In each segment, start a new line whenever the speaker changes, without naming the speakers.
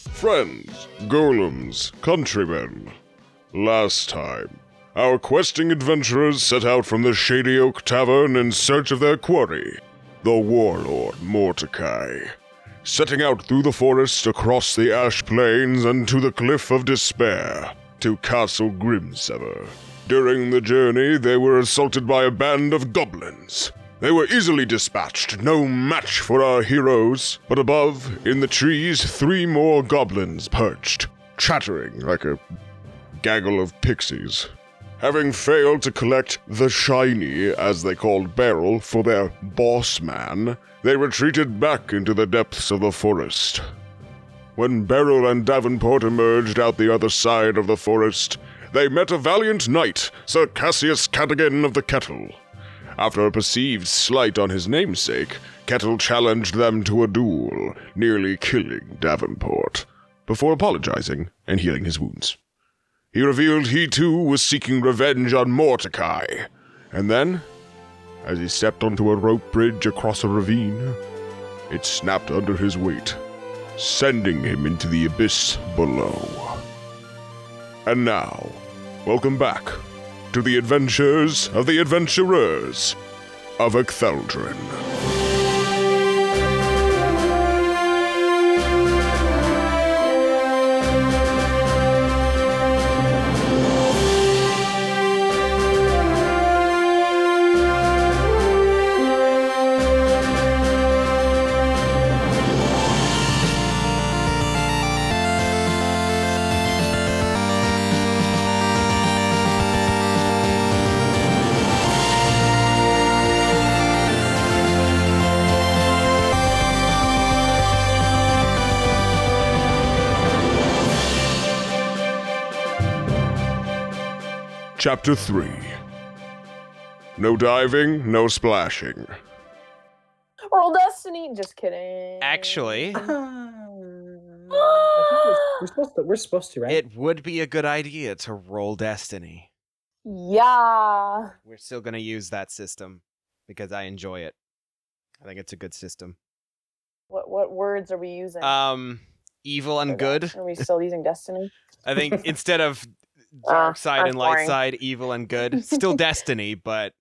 Friends, golems, countrymen, last time, our questing adventurers set out from the Shady Oak Tavern in search of their quarry, the warlord Mordecai. Setting out through the forest, across the Ash Plains, and to the Cliff of Despair, to Castle Grimsever. During the journey, they were assaulted by a band of goblins. They were easily dispatched, no match for our heroes, but above, in the trees, three more goblins perched, chattering like a gaggle of pixies. Having failed to collect the shiny, as they called Beryl, for their boss man, they retreated back into the depths of the forest. When Beryl and Davenport emerged out the other side of the forest, they met a valiant knight, Sir Cassius Cadogan of the Kettle. After a perceived slight on his namesake, Kettle challenged them to a duel, nearly killing Davenport, before apologizing and healing his wounds. He revealed he too was seeking revenge on Mordecai. And then, as he stepped onto a rope bridge across a ravine, it snapped under his weight, sending him into the abyss below. And now, welcome back to the adventures of the adventurers of Ectheldrin. Chapter 3 No diving, no splashing.
Roll Destiny. Just kidding.
Actually,
Um, I think we're, we're supposed to. We're supposed to, right?
it would be a good idea to roll destiny.
Yeah.
We're still going to use that system because I enjoy it. I think it's a good system.
What what words are we using?
Um evil
for
and
that?
good.
Are we still using Destiny?
I think instead of dark side
Ah, that's
and light
boring.
side, evil and good, still destiny, but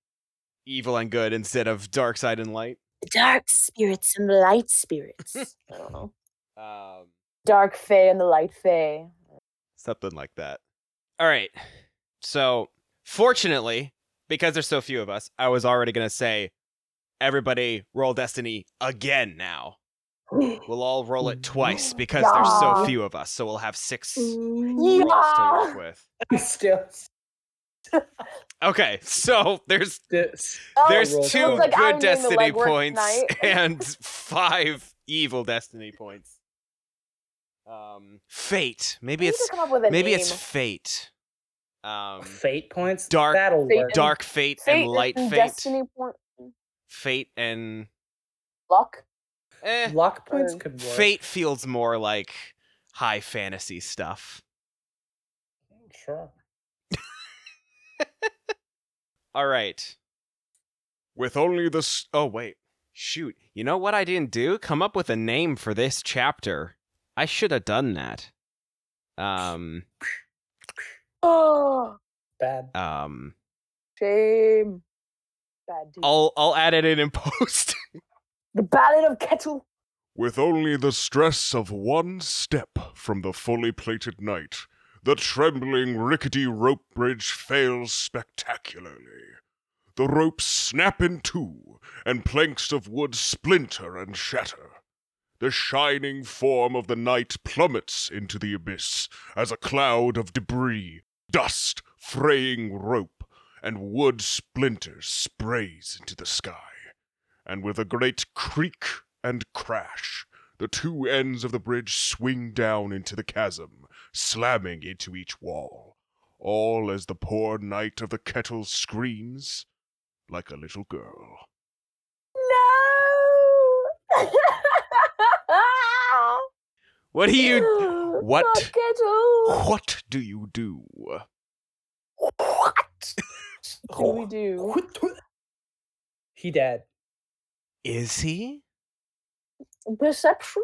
evil and good instead of dark side and light.
dark spirits and light spirits.
I don't know.
Um
Dark Fae and the Light Fae.
something like that. All right. So, fortunately, because there's so few of us, I was already going to say everybody roll destiny again now. We'll all roll it twice because there's so
Yeah.
few of us. So we'll have 6
Yeah.
rolls to work with.
still,
Okay. So, there's
still,
Oh,
there's
roll
so
two
it's like I'm doing
good
the
destiny
legwork
points
tonight.
and five evil destiny points. Um fate. Maybe
We need
it's
to come up with a
maybe
name.
it's fate. Um
fate points.
Dark-
That'll
Fate
work.
and-
dark fate,
Fate
and light
and
fate.
Destiny point
fate and
luck.
eh,
Luck points
or
could work.
fate feels more like high fantasy stuff.
Sure.
All right. With only the s- oh wait, shoot. You know what I didn't do? Come up with a name for this chapter. I should have done that. Um
Oh,
Bad.
um
shame. Bad dude.
I'll I'll add it in in post.
the Ballad of Kettle.
With only the stress of one step from the fully plated knight, the trembling rickety rope bridge fails spectacularly. The ropes snap in two, and planks of wood splinter and shatter. The shining form of the knight plummets into the abyss as a cloud of debris, dust, fraying rope, and wood splinters sprays into the sky and with a great creak and crash, the two ends of the bridge swing down into the chasm, slamming into each wall, all as the poor knight of the kettle screams like a little girl.
No.
what do you what?
Not Kettle.
What do you do?
What do we do?
He dead.
is he?
Perception.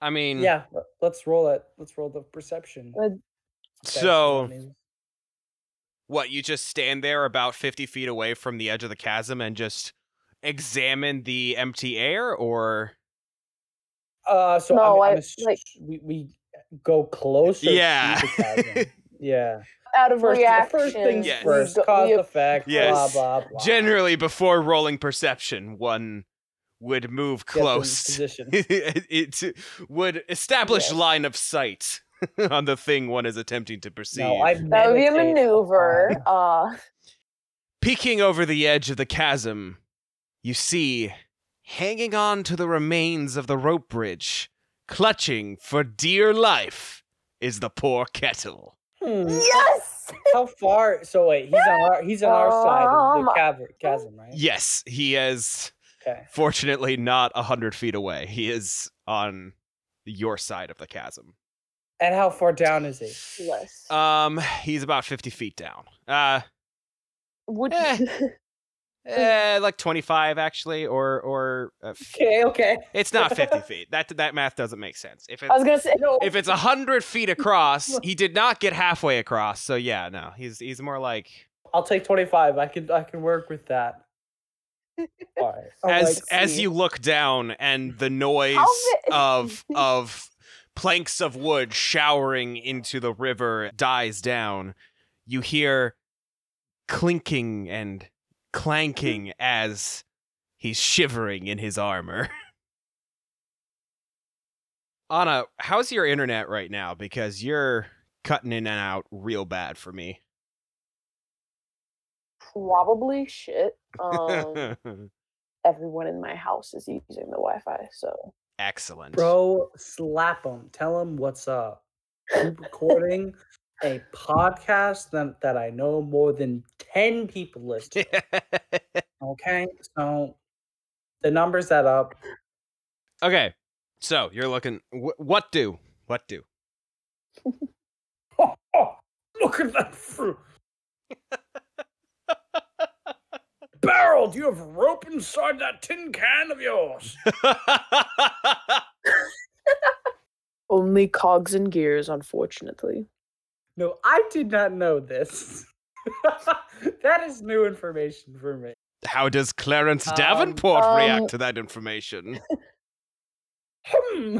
I mean,
Yeah, let- let's roll it. Let's roll the perception.
Uh,
dice
So
on these.
what? You just stand there about fifty feet away from the edge of the chasm and just examine the empty air, or
uh, so
No,
I'm,
I-
I'm ass-
like-
we we go closer. to the
Yeah.
chasm. yeah.
Out of
First, the
reaction.
first things
Yes.
first. Cause
we-
effect.
Yes.
Blah blah blah.
generally before rolling perception, one would move
Get them
close.
Position.
it it would establish
Yes.
line of sight on the thing one is attempting to perceive.
No, I
That would be a
meditate
maneuver.
upon-
Uh,
Peeking over the edge of the chasm, you see, hanging on to the remains of the rope bridge, clutching for dear life, is the poor kettle.
Hmm,
yes.
How far? So wait, he's on our he's on our side of the
Um,
chasm, chasm right?
Yes, he is
Okay.
fortunately not a hundred feet away. He is on your side of the chasm.
And how far down is he?
Yes.
Um, he's about fifty feet down. Uh,
Would
eh.
you-
eh, like twenty-five actually, or or uh, f-
Okay, okay.
it's not fifty feet. That that math doesn't make sense. If it's
I was gonna say no.
if it's a hundred feet across, he did not get halfway across. So yeah, no, he's he's more like
I'll take twenty five. I can I can work with that. All right. I'm
as
like,
as
see,
you look down and the noise
vi-
of of planks of wood showering into the river dies down. You hear clinking and clanking as he's shivering in his armor. Anna, how's your internet right now? Because you're cutting in and out real bad for me.
probably shit. Um, everyone in my house is using the Wi-Fi, so
Excellent.
bro, slap him. Tell him what's up. I'm recording a podcast that, that I know more than ten people listen. to, Okay, so the numbers add up.
okay. So you're looking. Wh- what do? What do?
Oh, oh, look at that fruit. Barrel, do you have rope inside that tin can of yours?
only cogs and gears, unfortunately.
No, I did not know this. that is new information for me.
How does Clarence
Um,
Davenport
um,
react to that information?
Hmm.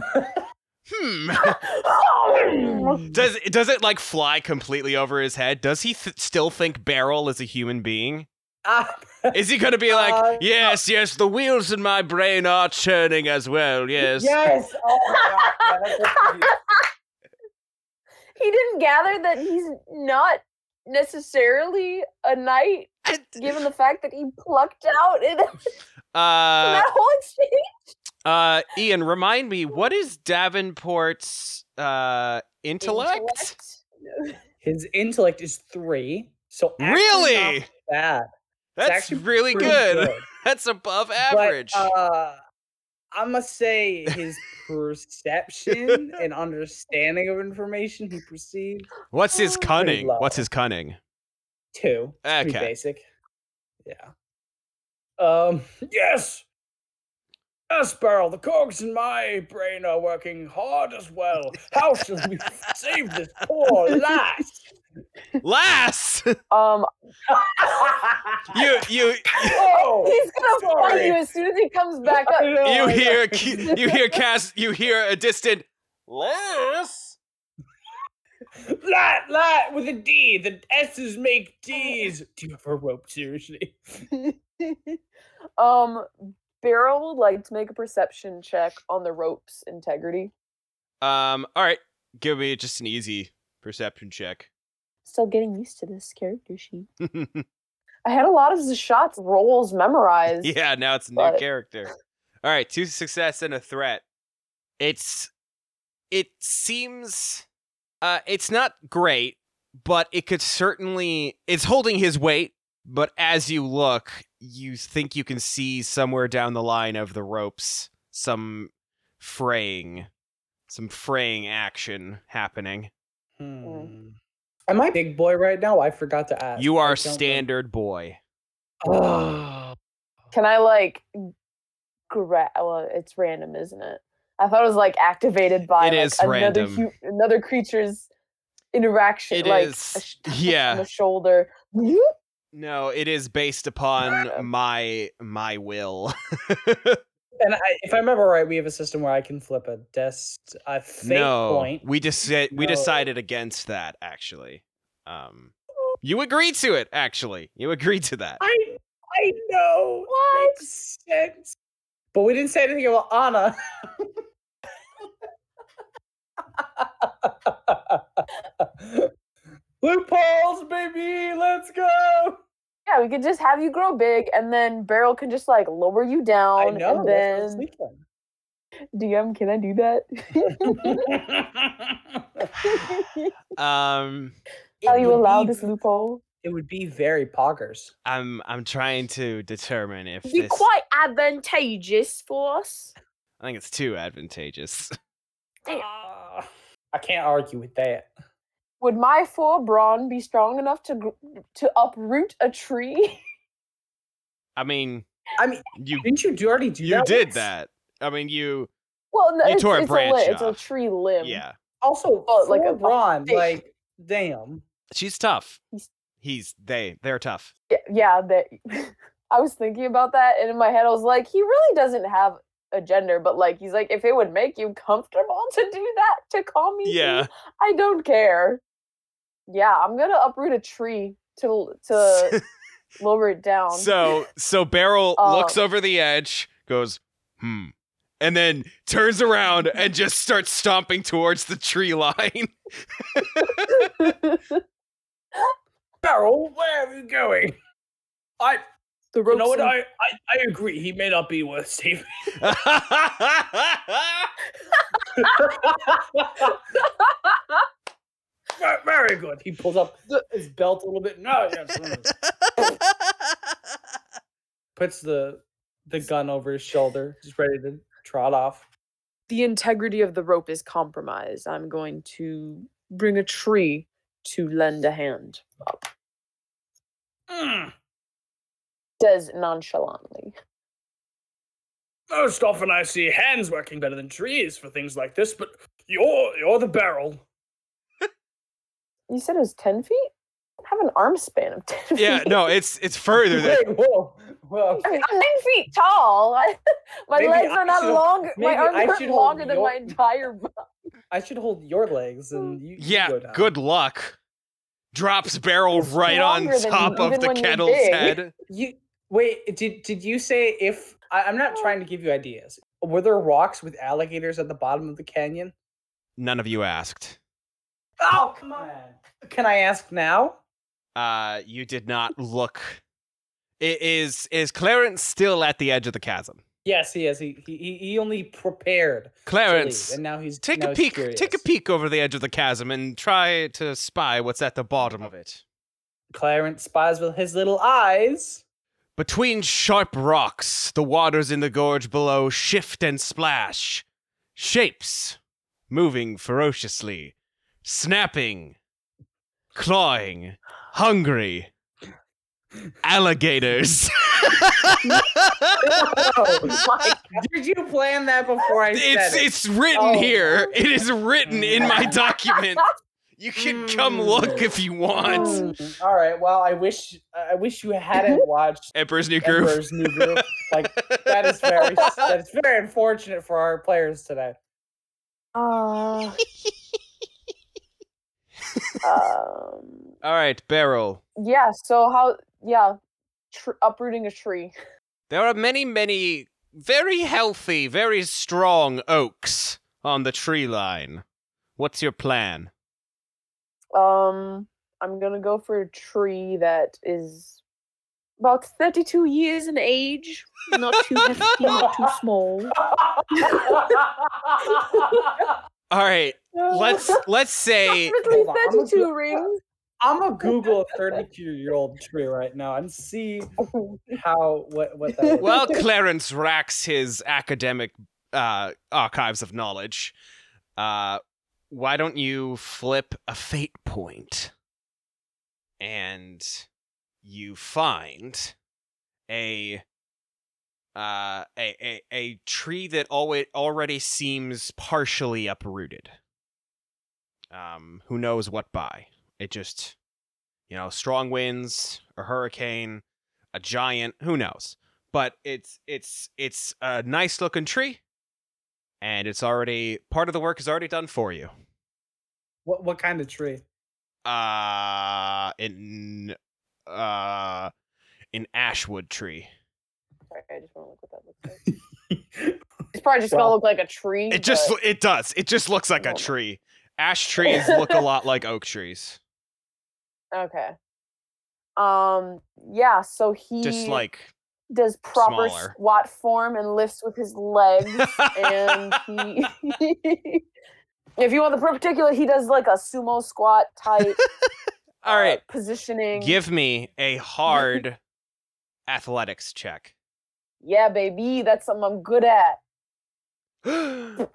Hmm.
I
Does does it like fly completely over his head? Does he th- still think Barrel is a human being?
Ah,
Is he gonna be like,
Uh,
yes, yes, the wheels in my brain are churning as well. Yes.
yes. Oh my god. yeah, that's what you-
he didn't gather that he's not necessarily a knight, given the fact that he plucked out in
Uh,
that whole exchange.
uh, Ian, remind me, what is Davenport's uh intellect?
His intellect is three. So actually
Really?
not bad. It's
That's
actually
really
pretty
good. That's above average.
But, uh, I must say his perception and understanding of information he perceived
What's his
pretty
cunning?
low.
What's his cunning?
too. It's pretty
Okay.
basic. Yeah. Um. Yes. Yes, Barrel. The cogs in my brain are working hard as well. How shall we save this poor lass?
Lass,
Um,
you you
Whoa!
he's gonna fight
Oh, sorry.
you as soon as he comes back
I
up.
know, I
you
know.
hear Ki- you hear Cass you hear a distant Lass.
Lat, lat with a D. The S's make D's. Do you have a rope? Seriously.
um, Beryl would like to make a perception check on the rope's integrity.
Um. All right, give me just an easy perception check.
Still getting used to this character sheet. I had a lot of the shots rolls memorized.
yeah, now it's a new
But-
character. All right, two success and a threat. It's it seems uh it's not great, but it could certainly it's holding his weight, but as you look, you think you can see somewhere down the line of the ropes some fraying some fraying action happening.
Hmm. Am I big boy right now? I forgot to ask.
You
I
are
don't know.
standard boy.
Oh,
Can I like grab? Well, it's random, isn't it? I thought it was like activated by
It
like,
is
another
random.
hu- another creature's interaction.
It
like
is-
a sh- touch
yeah.
on the shoulder.
No, it is based upon my my will.
And I, if I remember right, we have a system where I can flip a dest a fate
no,
point.
we just said we
No.
decided against that. Actually, um, you agreed to it. Actually, you agreed to that.
I I know.
What?
Makes sense. But we didn't say anything about Anna. Loopholes, baby, let's go.
Yeah, we could just have you grow big, and then Beryl can just like lower you
I
down,
know.
and
that's
then
what
DM, can I do that?
I was thinking.
Um,
How
It
you
would
allow
be-
this loophole?
It would be very poggers.
I'm I'm trying to determine if
be
this.
quite advantageous for us.
I think it's too advantageous.
Damn.
Ah, I can't argue with that.
Would my four brawn be strong enough to gr- to uproot a tree?
I mean,
I mean,
you
didn't you do already do
you
that?
did
once?
that. I mean, you
well, no,
You
it's,
tore a
it's
branch
a limb. It's a
off.
tree limb.
yeah.
Also,
Oh, like
like
a-
a
a
Ron,
fish.
like damn.
She's tough.
He's-
He's they they're tough.
yeah, yeah that i was thinking about that and in my head i was like he really doesn't have a gender but like he's like if it would make you comfortable to do that to call me he,
Yeah.
i don't care yeah i'm gonna uproot a tree to to lower it down
so so Beryl
Um,
looks over the edge, goes hmm, and then turns around and just starts stomping towards the tree line.
uh,
the
Beryl, where are you going? I
ropes
you know what
and-
I, I I agree. He may not be worth saving. Ver- Very good. He pulls up his belt a little bit. No, yes, mm. puts the the gun over his shoulder, just ready to trot off.
the integrity of the rope is compromised i'm going to bring a tree to lend a hand
Mm,
says nonchalantly
most often, I see hands working better than trees for things like this, but you're you're the barrel.
You said it was ten feet. I have an arm span of ten.
yeah,
feet.
no, it's it's further than
Wait, whoa, whoa.
I mean, I'm ten feet tall. I- my
Maybe
legs
I
are not
should-
longer. My
maybe
arms
I
aren't
should hold
longer than
your-
my entire. bo-
I should hold your legs and you. you
Yeah,
go down.
good luck. Drops barrel
It's
right on
longer than
top
you-
of
even
the
when you're
kettle's
big.
head.
You wait. Did did you say if I, I'm not trying to give you ideas? Were there rocks with alligators at the bottom of the canyon?
None of you asked.
Oh come on! Can I ask now?
Uh, you did not look. It is is Clarence still at the edge of the chasm?
Yes, he is. He he- he, he only prepared to leave,
Clarence,
and now he's
take
now
a
he's
peek. Take a
curious.
peek over the edge of the chasm and try to spy what's at the bottom of it.
Clarence spies with his little eyes.
Between sharp rocks, the waters in the gorge below shift and splash. Shapes moving ferociously, snapping, clawing, hungry. Alligators.
Oh. Did you plan that before I said
it's
it?
it's written
Oh.
here. It is written in my document. You can come
Mm.
look if you want.
Mm, All right. Well, I wish I wish you hadn't watched
Emperor's New Groove.
Emperor's New Groove. Like that is very that is very unfortunate for our players today.
Uh, um.
All right, Beryl.
Yeah. So how? Yeah. Tr- uprooting a tree.
There are many, many very healthy, very strong oaks on the tree line. What's your plan?
Um. I'm gonna go for a tree that is about thirty-two years in age.
Not too hefty, not too small.
All right, let's let's say
Approximately
Hold on, I'm gonna-
thirty-two rings.
I'm gonna Google a 32 year old tree right now and see how what what that is.
while Clarence racks his academic uh, archives of knowledge, uh, why don't you flip a fate point and you find a uh, a, a a tree that always already seems partially uprooted. Um, who knows what by? It just, you know, strong winds, a hurricane, a giant. Who knows? But it's it's it's a nice looking tree, and it's already part of the work is already done for you.
What what kind of tree?
Uh, an uh, an ashwood tree.
Sorry, I just want to look what that looks like. It's probably just gonna
Well,
look like a tree.
It just
but-
lo- it does. It just looks like a
Hold on.
tree. Ash trees look a lot like oak trees.
okay. Um. Yeah. So he
Just like
does proper
smaller.
squat form and lifts with his legs, and he. if you want the particular, he does like a sumo squat type.
All
uh,
right.
Positioning.
Give me a hard athletics check.
Yeah, baby. That's something I'm good at.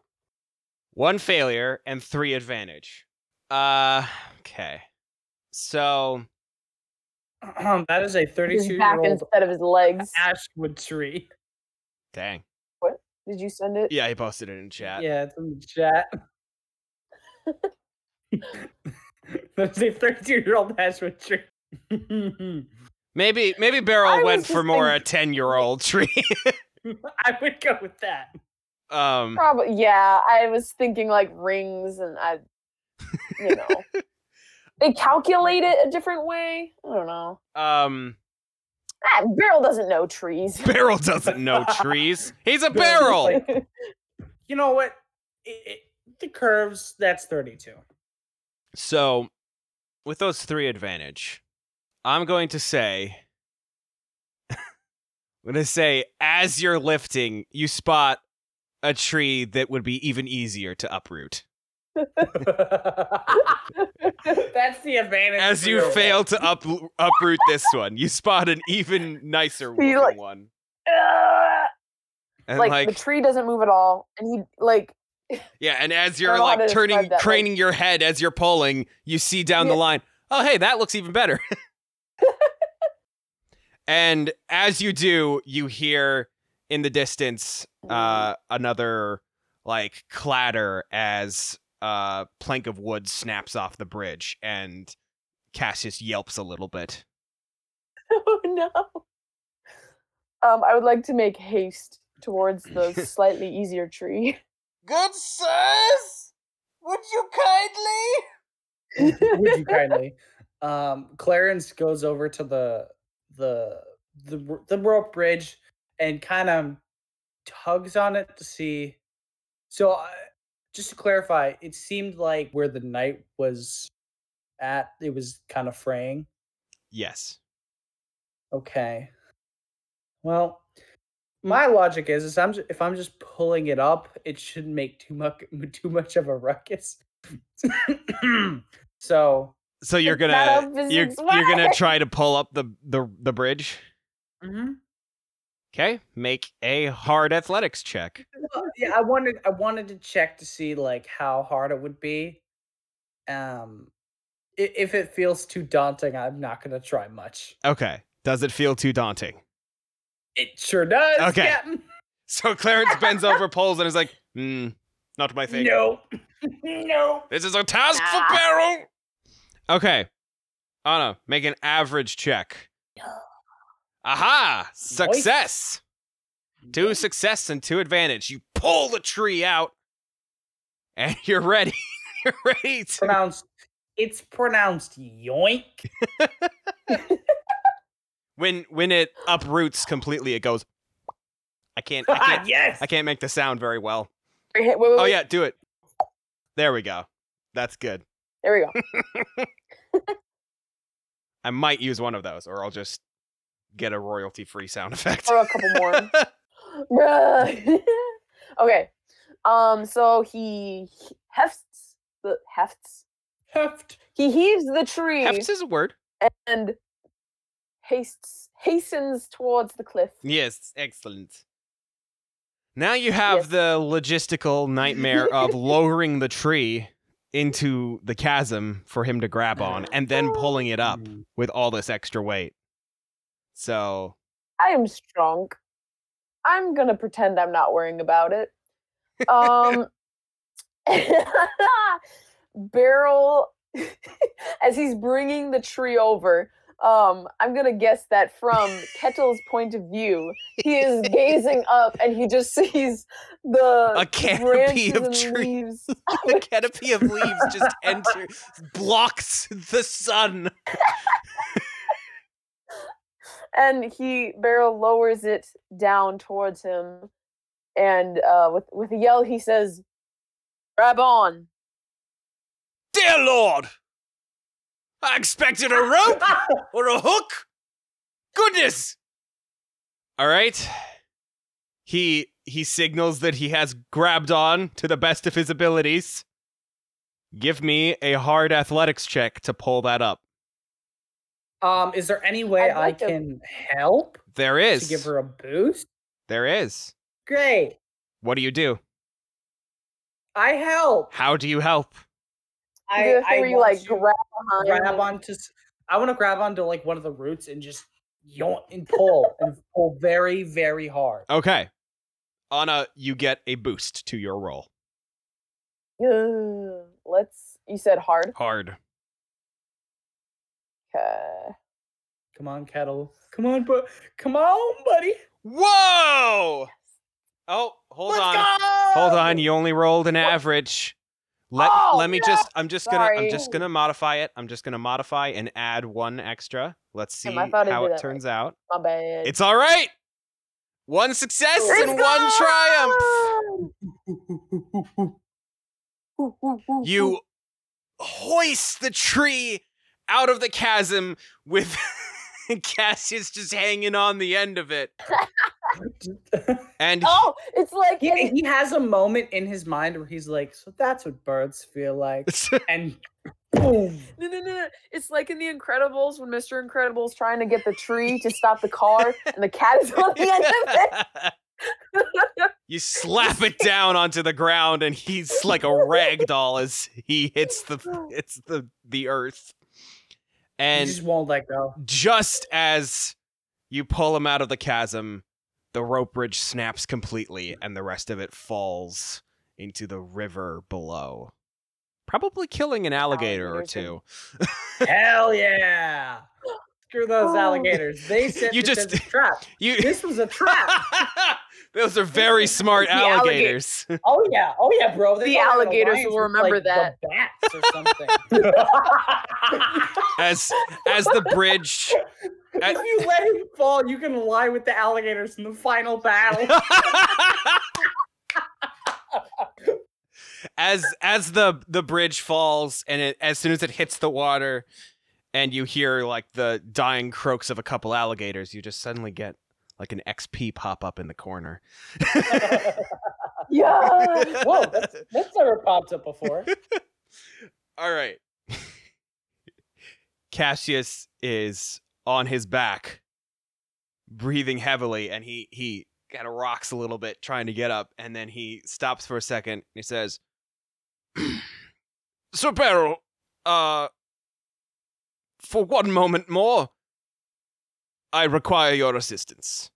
One failure and three advantage. Uh okay. So
that is a
His
32
back
year old
instead of his legs.
ashwood tree.
dang.
Did you send it?
Yeah, I posted it in chat.
Yeah, it's in the chat. There's a 32 year old ashwood tree. I
Maybe maybe Beryl
I
went
was
for
just
more a ten year old tree.
would go with that.
um
Probably. Yeah, I was thinking like rings, and I, you know, they calculate it a different way. I don't know.
um
Ah, Beryl doesn't know trees.
Beryl doesn't know trees. He's a
Beryl's
barrel.
like- You know what? It, it, the curves, that's 32.
So, with those three advantage, I'm going to say, I'm going to say, as you're lifting, you spot a tree that would be even easier to uproot.
that's the advantage.
As
for
you
your
fail to up uproot this one, you spot an even nicer
Be
looking
like-
one.
Ah,
And
like,
like,
the tree doesn't move at all, and he like
yeah, and as
I
you're
don't know how
like
to describe
turning,
that, like-
craning your head as you're pulling, you see down the
Yeah.
line, oh, hey, that looks even better. and as you do, you hear in the distance
Mm.
uh, another like clatter as a plank of wood snaps off the bridge and Cassius yelps a little bit.
oh no. Um, I would like to make haste towards the slightly easier tree.
Good sirs, would you kindly?
would you kindly? Um, Clarence goes over to the the the r- the rope bridge and kind of tugs on it to see. So, I just to clarify, it seemed like where the knight was at, it was kind of fraying.
Yes.
Okay. Well, my logic is, is I'm ju- if I'm just pulling it up, it shouldn't make too much too much of a ruckus. so
So you're
It's not
gonna
a
you're,
business
you're gonna
word.
try to pull up the the the bridge.
Mm-hmm.
Mhm.
Okay, make a hard athletics check.
Well, yeah, I wanted I wanted to check to see like how hard it would be. Um, i- if it feels too daunting, I'm not gonna try much.
Okay, does it feel too daunting?
It sure does.
Okay.
Captain.
So Clarence bends over, pulls, and is like, mm, "Not my thing.
No. no.
This is a task for
Nah.
Beryl." Okay, Anna, make an average check. Aha! Success. Two success and two advantage. You pull the tree out, and you're ready. you're ready to
Pronounced. It's pronounced yoink.
when when it uproots completely it goes i can't i can't,
yes.
I can't make the sound very well
Wait, wait, wait,
oh
wait.
yeah do it there we go that's good
There we go.
i might use one of those or i'll just get a royalty free sound effect
Throw a couple more. Bruh. okay. Um. So he he- hefts the hefts.
Heft.
He heaves the tree
Hefts is a word
and hastes hastens towards the cliff.
yes excellent now you have
Yes.
the logistical nightmare of lowering the tree into the chasm for him to grab on and then pulling it up
Mm.
with all this extra weight so
I am strong. I'm gonna pretend I'm not worrying about it. Um, Beryl, as he's bringing the tree over, um, I'm gonna guess that from Kettle's point of view, he is gazing up and he just sees the
A canopy
branches
of
and
trees.
leaves.
The canopy of leaves just enter blocks the sun.
and he Beryl lowers it down towards him, and uh, with with a yell he says, "Grab on!"
Dear Lord! I expected a rope or a hook. Goodness. All right. He he signals that he has grabbed on to the best of his abilities. Give me a hard athletics check to pull that up.
Um, is there any way
I'd
I
like to-
can help
There
to
is.
give her a boost?
there is.
Great.
What do you do?
I help.
How do you help?
You
I,
do a
I
thing where you
want
like
to
grab behind.
grab
him.
onto. s- I want to grab onto like one of the roots and just yaunt and pull and pull very very hard.
Okay. Anna, you get a boost to your roll.
Yeah. Let's. You said hard.
Hard.
Okay.
Come on, kettle. Come on, but come on, buddy.
Whoa! Oh, hold
Let's
on.
go!
Hold on, you only rolled an average. Let
Oh,
let me
no.
just I'm just gonna I'm
Sorry.
just gonna modify it. I'm just gonna modify and add one extra. Let's see
Damn, I thought I
how
did
it
that
turns out.
My bad.
It's all right. One success
Let's
and one
Ah!
triumph.
go! Ooh, ooh, ooh, ooh.
You hoist the tree out of the chasm with Cassius just hanging on the end of it. And
Oh, it's like
he,
it's-
he has a moment in his mind where he's like, "So that's what birds feel like," and boom.
no, no, no, no. It's like in The Incredibles when Mr. Incredible's trying to get the tree to stop the car, and the cat is on the end of it.
you slap it down onto the ground and he's like a rag doll as he hits the hits the the earth
he
and
just won't let go.
just as you pull him out of the chasm the rope bridge snaps completely and the rest of it falls into the river below probably killing an alligator or
Alligators in-
two
Hell yeah! Screw those
Oh.
alligators. They said
You
this
just-
is a trap.
you
This was a trap.
those are very smart
the alligator-
alligators
Oh yeah, oh yeah, bro. They
The
got an
alligators
alliance
will
with,
remember
like,
that.
The bats or something.
as as the bridge
if you let him fall, you can lie with the alligators in the final battle.
as as the the bridge falls and it, as soon as it hits the water and you hear like the dying croaks of a couple alligators you just suddenly get like an xp pop up in the corner
Yeah.
Whoa, that's, that's never popped up before.
all right cassius is on his back breathing heavily and he he kind of rocks a little bit trying to get up and then he stops for a second and he says sir Beryl, uh for one moment more i require your assistance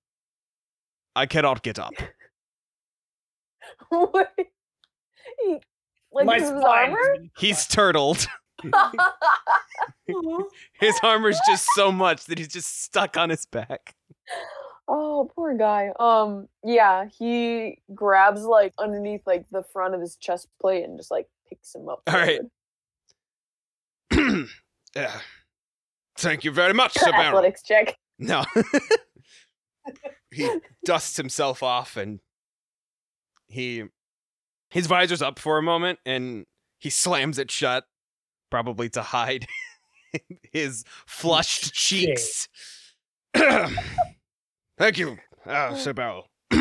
i cannot get up
Wait. He- like
My
this is
spine.
armor?
he's turtled his armor's just so much that he's just stuck on his back
oh, poor guy. Um, yeah, he grabs like underneath like the front of his chest plate and just like picks him up.
All right.
forward.
Yeah. Thank you very much, Sir Baron.
Athletics check.
No. he dusts himself off and he his visor's up for a moment and he slams it shut, probably to hide his flushed cheeks. Thank you, uh, Sir Barrel.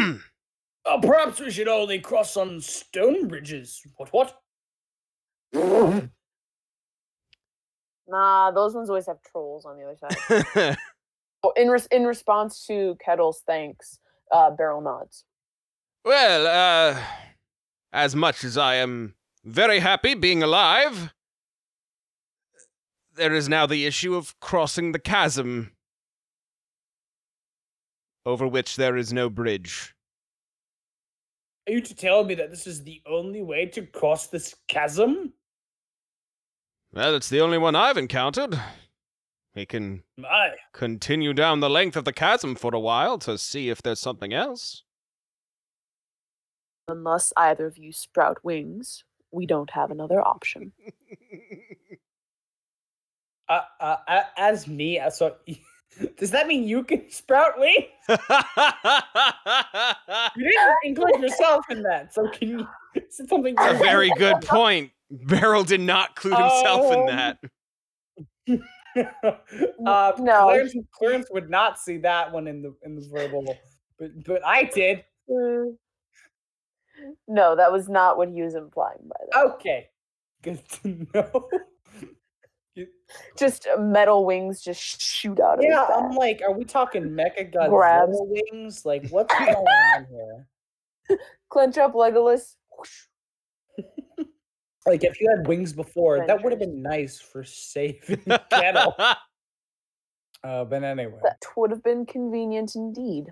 Oh, perhaps we should only cross on stone bridges. What? What?
Nah, those ones always have trolls on the other side. Oh, in res- in response to Kettle's thanks, uh, Beryl nods.
Well, uh, as much as I am very happy being alive, there is now the issue of crossing the chasm. over which there is no bridge.
Are you to tell me that this is the only way to cross this chasm?
Well, it's the only one I've encountered. We can
My,
continue down the length of the chasm for a while to see if there's something else.
Unless either of you sprout wings, we don't have another option.
uh, uh, uh, as me, I saw. Does that mean you can sprout wings?
a
You didn't include yourself in that, so can you? Is it something? you-
very good point. Beryl did not include himself in that.
uh,
No.
Clarence, Clarence would not see that one in the in the verbal, but but I did.
Uh, No, that was not what he was implying by that.
Okay, good to know.
Just uh, metal wings just shoot out of
yeah,
his back.
I'm like, are we talking Mecha
Grabs.
Godzilla wings? Like, what's going on here?
Clench up, Legolas. Whoosh.
Like, if you had wings before, that would have
Adventures.
been nice for saving Kettle. Uh, but anyway,
That would have been convenient indeed.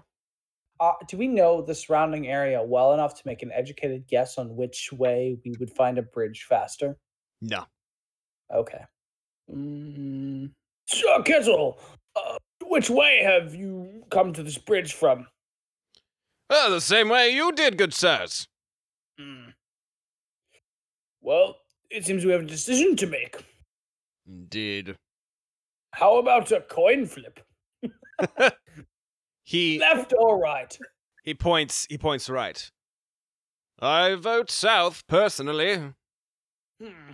uh, do we know the surrounding area well enough to make an educated guess on which way we would find a bridge faster?
no.
Okay. Mm. Sir Kitzel, uh, which way have you come to this bridge from?
Oh, the same way you did, good sirs.
Mm. Well, it seems we have a decision to make.
Indeed.
How about a coin flip?
He
Left or right?
he points he points right. I vote south personally.
Hmm.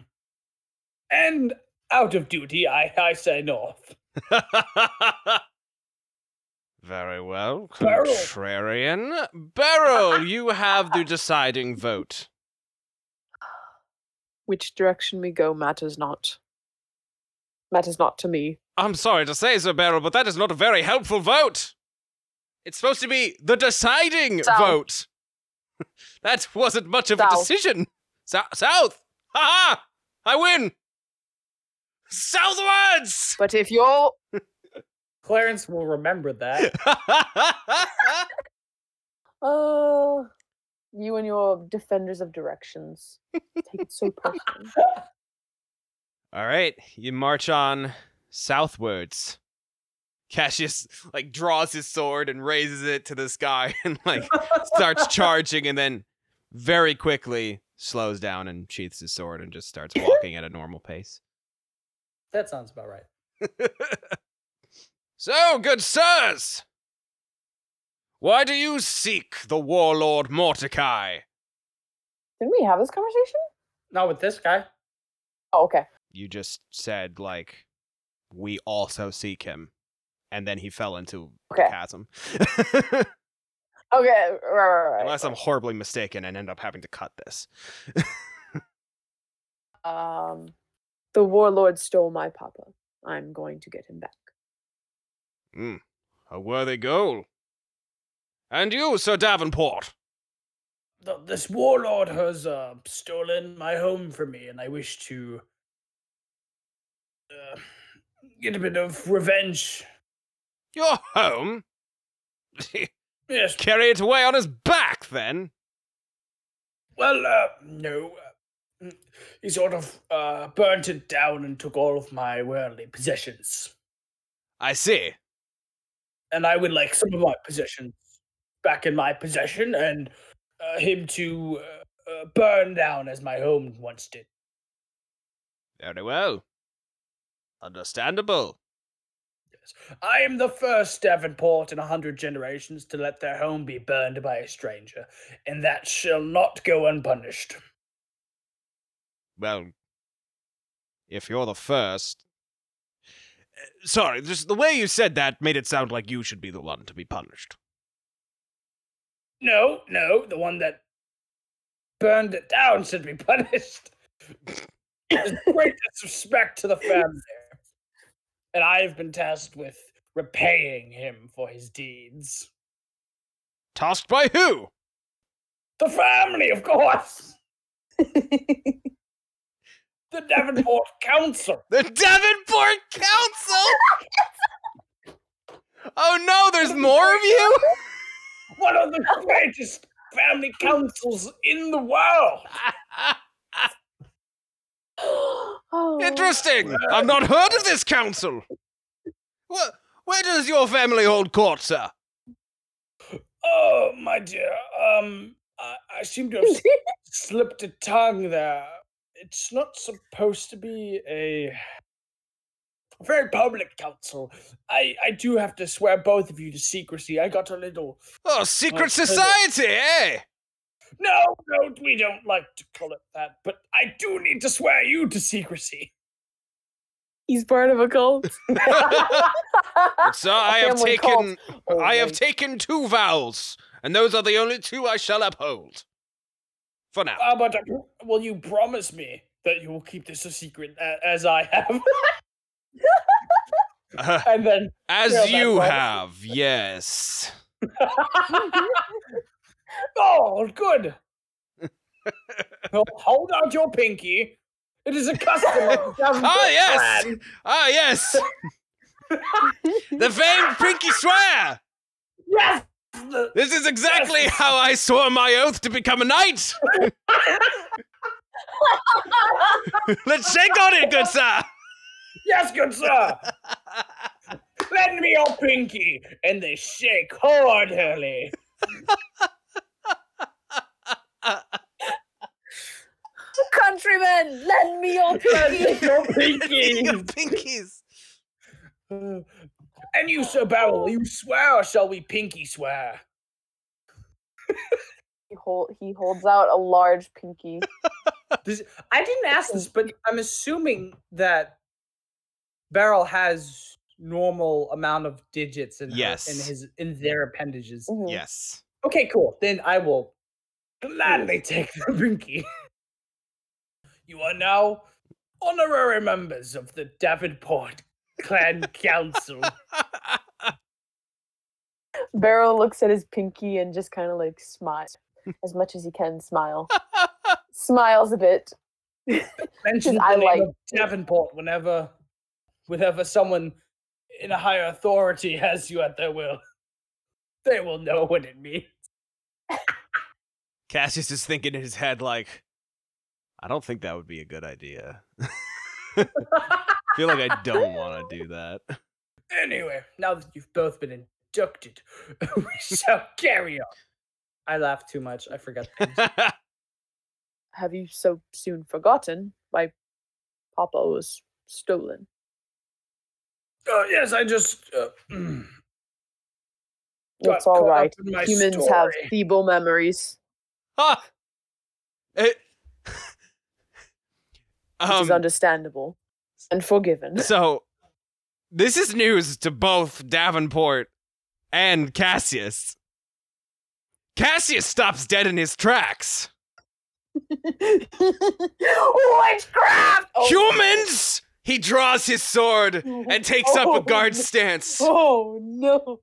And out of duty, I, I say north.
Very well,
Beryl.
contrarian. Beryl, you have the deciding vote.
Which direction we go matters not. Matters not to me.
I'm sorry to say so, Beryl, but that is not a very helpful vote. It's supposed to be the deciding
South.
vote. that wasn't much of a
South.
decision. So- south. Ha ha! I win. Southwards.
But if you're
Clarence will remember that.
Oh, you and your defenders of directions take it so personally.
All right, you march on southwards. Cassius like draws his sword and raises it to the sky and like starts charging and then very quickly slows down and sheaths his sword and just starts walking at a normal pace.
that sounds about right.
So, good sirs, why do you seek the warlord Mordecai?
Didn't we have this conversation?
Not with this guy.
Oh, okay.
You just said like we also seek him. And then he fell into
Okay.
a chasm.
Okay. Right, right, right.
Unless I'm horribly mistaken and end up having to cut this.
Um, the warlord stole my papa. I'm going to get him back.
A worthy goal. And you, Sir Davenport.
Th- this warlord has uh, stolen my home from me, and I wish to uh, get a bit of revenge.
Your home?
Yes.
Carry it away on his back, then?
Well, uh, no. uh, mm, He sort of uh, burnt it down and took all of my worldly possessions,
I see.
and I would like some of my possessions back in my possession, and uh, him to uh, uh, burn down as my home once did.
Very well. Understandable.
I am the first Davenport in a hundred generations to let their home be burned by a stranger, and that shall not go unpunished.
Well, if you're the first. Eh, Sorry, just the way you said that made it sound like you should be the one to be punished.
No, no, the one that burned it down should be punished. There's great disrespect to the family. And I have been tasked with repaying him for his deeds.
Tasked by who?
The family, of course! The Davenport Council!
The Davenport Council! Oh no, there's more of you?
One of the greatest family councils in the world.
oh.
Interesting. I've not heard of this council. Where, where does your family hold court, sir?
Oh, my dear. Um, I, I seem to have s- slipped a tongue there. It's not supposed to be a very public council. I, I do have to swear both of you to secrecy. I got a little.
Oh, secret
Oh, I don't-
society, eh?
No, no, we don't like to call it that, but I do need to swear you to secrecy.
He's part of a cult.
But, sir, I have
Family cult.
taken
Oh,
I have
wait.
taken two vows, and those are the only two I shall uphold. For now.
Uh, but uh, will you promise me that you will keep this a secret a- as I have?
Uh,
and then yeah,
as
that's
you
all.
have, yes.
oh, good. Well, hold out your pinky. It is a custom. of the government
Ah, yes.
plan.
Ah, yes. the famed pinky swear.
Yes. the-
This is exactly how I swore my oath to become a knight. Let's shake on it, good sir.
yes, good sir. Lend me your pinky, and they shake heartily.
countrymen, lend me your pinky.
your pinky.
pinkies.
and you, Sir Barrel, you swear, or shall we pinky swear?
he, hol- he holds out a large pinky.
Does, I didn't ask this, but I'm assuming that Beryl has normal amount of digits in her-
Yes.
in his in their appendages.
Mhm.
Yes.
Okay, cool. Then I will gladly take the pinky. you are now honorary members of the Davenport Clan Council.
Barrow looks at his pinky and just kind of like smiles as much as he can. Smile, smiles a bit.
Mention the
I
name
like-
of Davenport whenever, whenever someone in a higher authority has you at their will. They will know what it means.
Cassius is thinking in his head, like, I don't think that would be a good idea. feel like I don't want to do that.
Anyway, now that you've both been inducted, we shall carry on. I laughed too much. I forgot. things.
Have you so soon forgotten? My papa was stolen.
oh yes, I just. Uh, mm, got
It's all
caught up
right.
in my
Humans have
story.
feeble memories,
Ah! It-
which is
um,
understandable and forgiven.
so, this is news to both Davenport and Cassius. Cassius stops dead in his tracks.
Witchcraft! Oh,
Humans! He draws his sword and takes up a guard stance.
Oh no!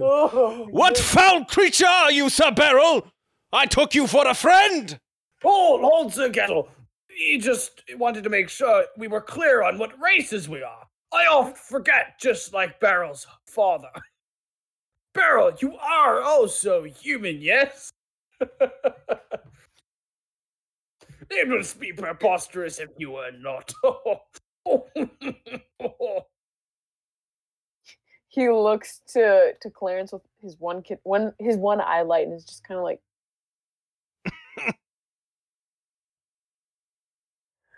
Oh,
What foul creature are you, Sir Beryl? I took you for a friend!
Hold, hold, Sir Gettle. He just wanted to make sure we were clear on what races we are. I often forget, just like Beryl's father. Beryl, you are also human, yes? it would be preposterous if you were not. Oh,
He looks to to Clarence with his one kid, one his one eye light, and is just kind of like,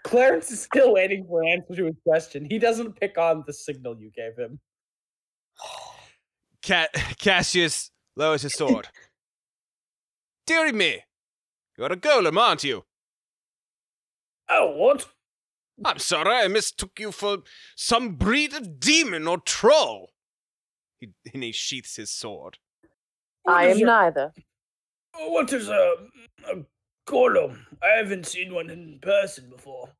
Clarence is still waiting for an answer to his question. He doesn't pick on the signal you gave him.
Ca- Cassius lowers his sword. Dear me, you're a golem, aren't you?
Oh, what?
I'm sorry, I mistook you for some breed of demon or troll. He, and he sheaths his sword.
What
I
is
am
your-
neither.
Oh, What is a, a golem? I haven't seen one in person before.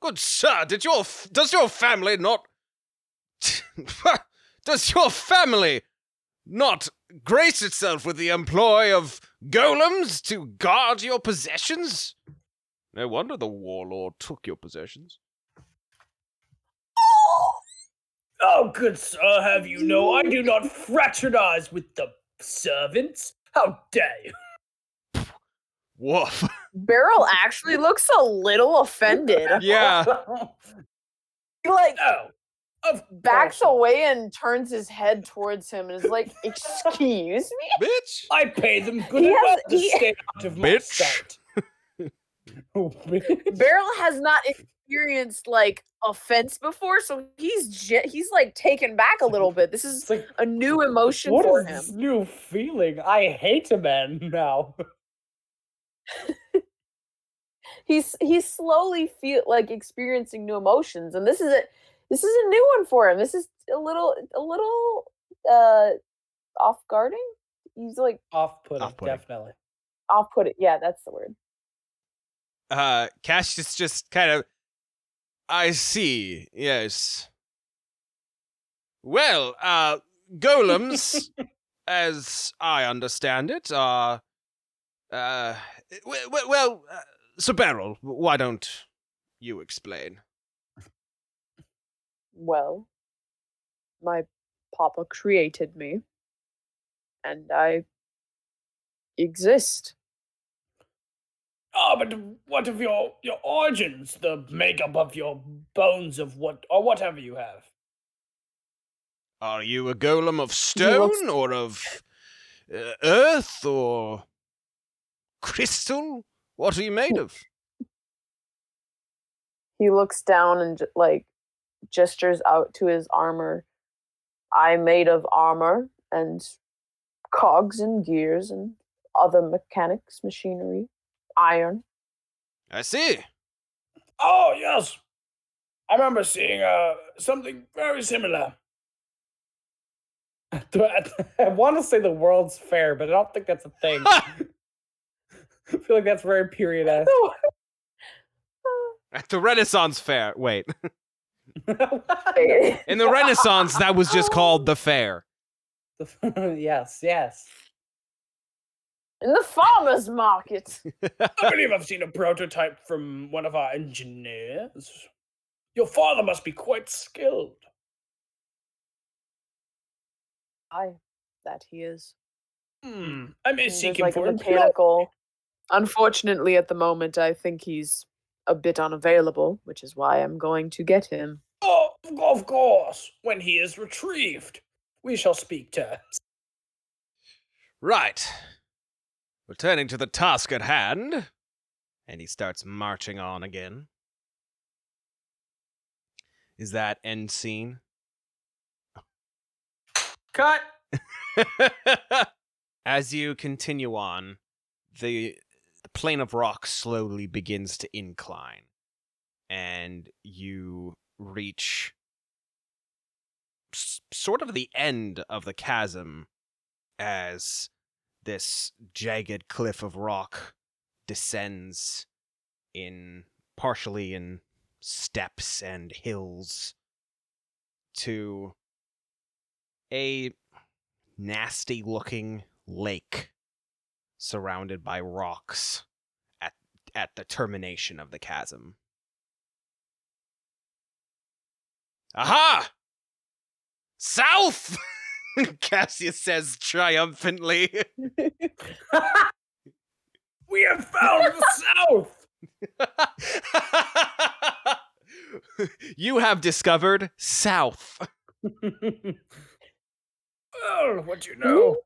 Good sir, did your f- does your family not? does your family not grace itself with the employ of golems to guard your possessions? No wonder the warlord took your possessions.
Oh, good sir, have you know I do not fraternize with the servants. How dare you?
Woof.
Beryl actually looks a little offended.
Yeah.
He like
no. Oh, Of
backs
course.
away and turns his head towards him and is like, "Excuse me."
Bitch.
I pay them good
He
enough
has-
to
he-
stay out of my
Bitch.
sight. Bitch.
Beryl has not experienced like offense before, so he's ge- he's like taken back a little bit. This is
It's like,
a new emotion
what
for
is
him.
this new feeling? I hate a man now.
He's he's slowly feel like experiencing new emotions, and this is a this is a new one for him. This is a little a little uh off guarding. He's like
Off putting,
Off-putting.
definitely.
off put it. Yeah, that's the word.
Uh, Cash is just kind of. I see. Yes. Well, uh, golems, as I understand it, are. Uh, w- w- well, uh, so Beryl, why don't you explain?
Well, my papa created me, and I exist.
Ah, but what of your your origins, the makeup of your bones, of what or whatever you have?
Are you a golem of stone or of uh, earth or crystal? What are you made of?
He looks down and ju- like gestures out to his armor. I made of armor and cogs and gears and other mechanics, machinery, iron.
I see.
Oh yes, I remember seeing uh something very similar. I want to say the World's Fair, but I don't think that's a thing. I feel like that's very period esque.
At the Renaissance fair. Wait.
Wait.
In the Renaissance, that was just called the fair.
yes, yes.
In the farmer's market.
I believe I've seen a prototype from one of our engineers. Your father must be quite skilled.
I that he is.
Hmm. I may
And
seek
There's
him
like a
for employment.
mechanical.
Unfortunately, at the moment, I think he's a bit unavailable, which is why I'm going to get him.
Oh, of co- of course. When he is retrieved, we shall speak to.
Right. Returning to the task at hand. And he starts marching on again. Is that end scene?
Cut.
As you continue on, the, the plane of rock slowly begins to incline, and you reach s- sort of the end of the chasm as this jagged cliff of rock descends in partially in steps and hills to a nasty looking lake surrounded by rocks at at the termination of the chasm. Aha! South! Cassius says triumphantly.
we have found the south.
you have discovered South.
well,
Oh,
what you know?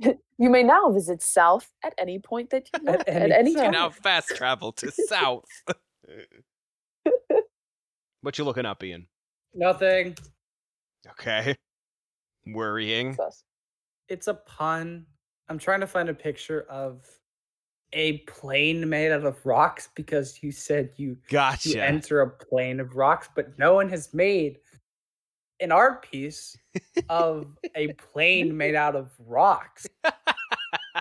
You may now visit South at any point that you want. At,
any
any
time.
time.
Now fast travel to South. what you looking up, Ian?
Nothing.
Okay. Worrying.
Sus.
It's a pun. I'm trying to find a picture of a plane made out of rocks because you said you
Gotcha.
you enter a plane of rocks, but no one has made an art piece of a plane made out of rocks.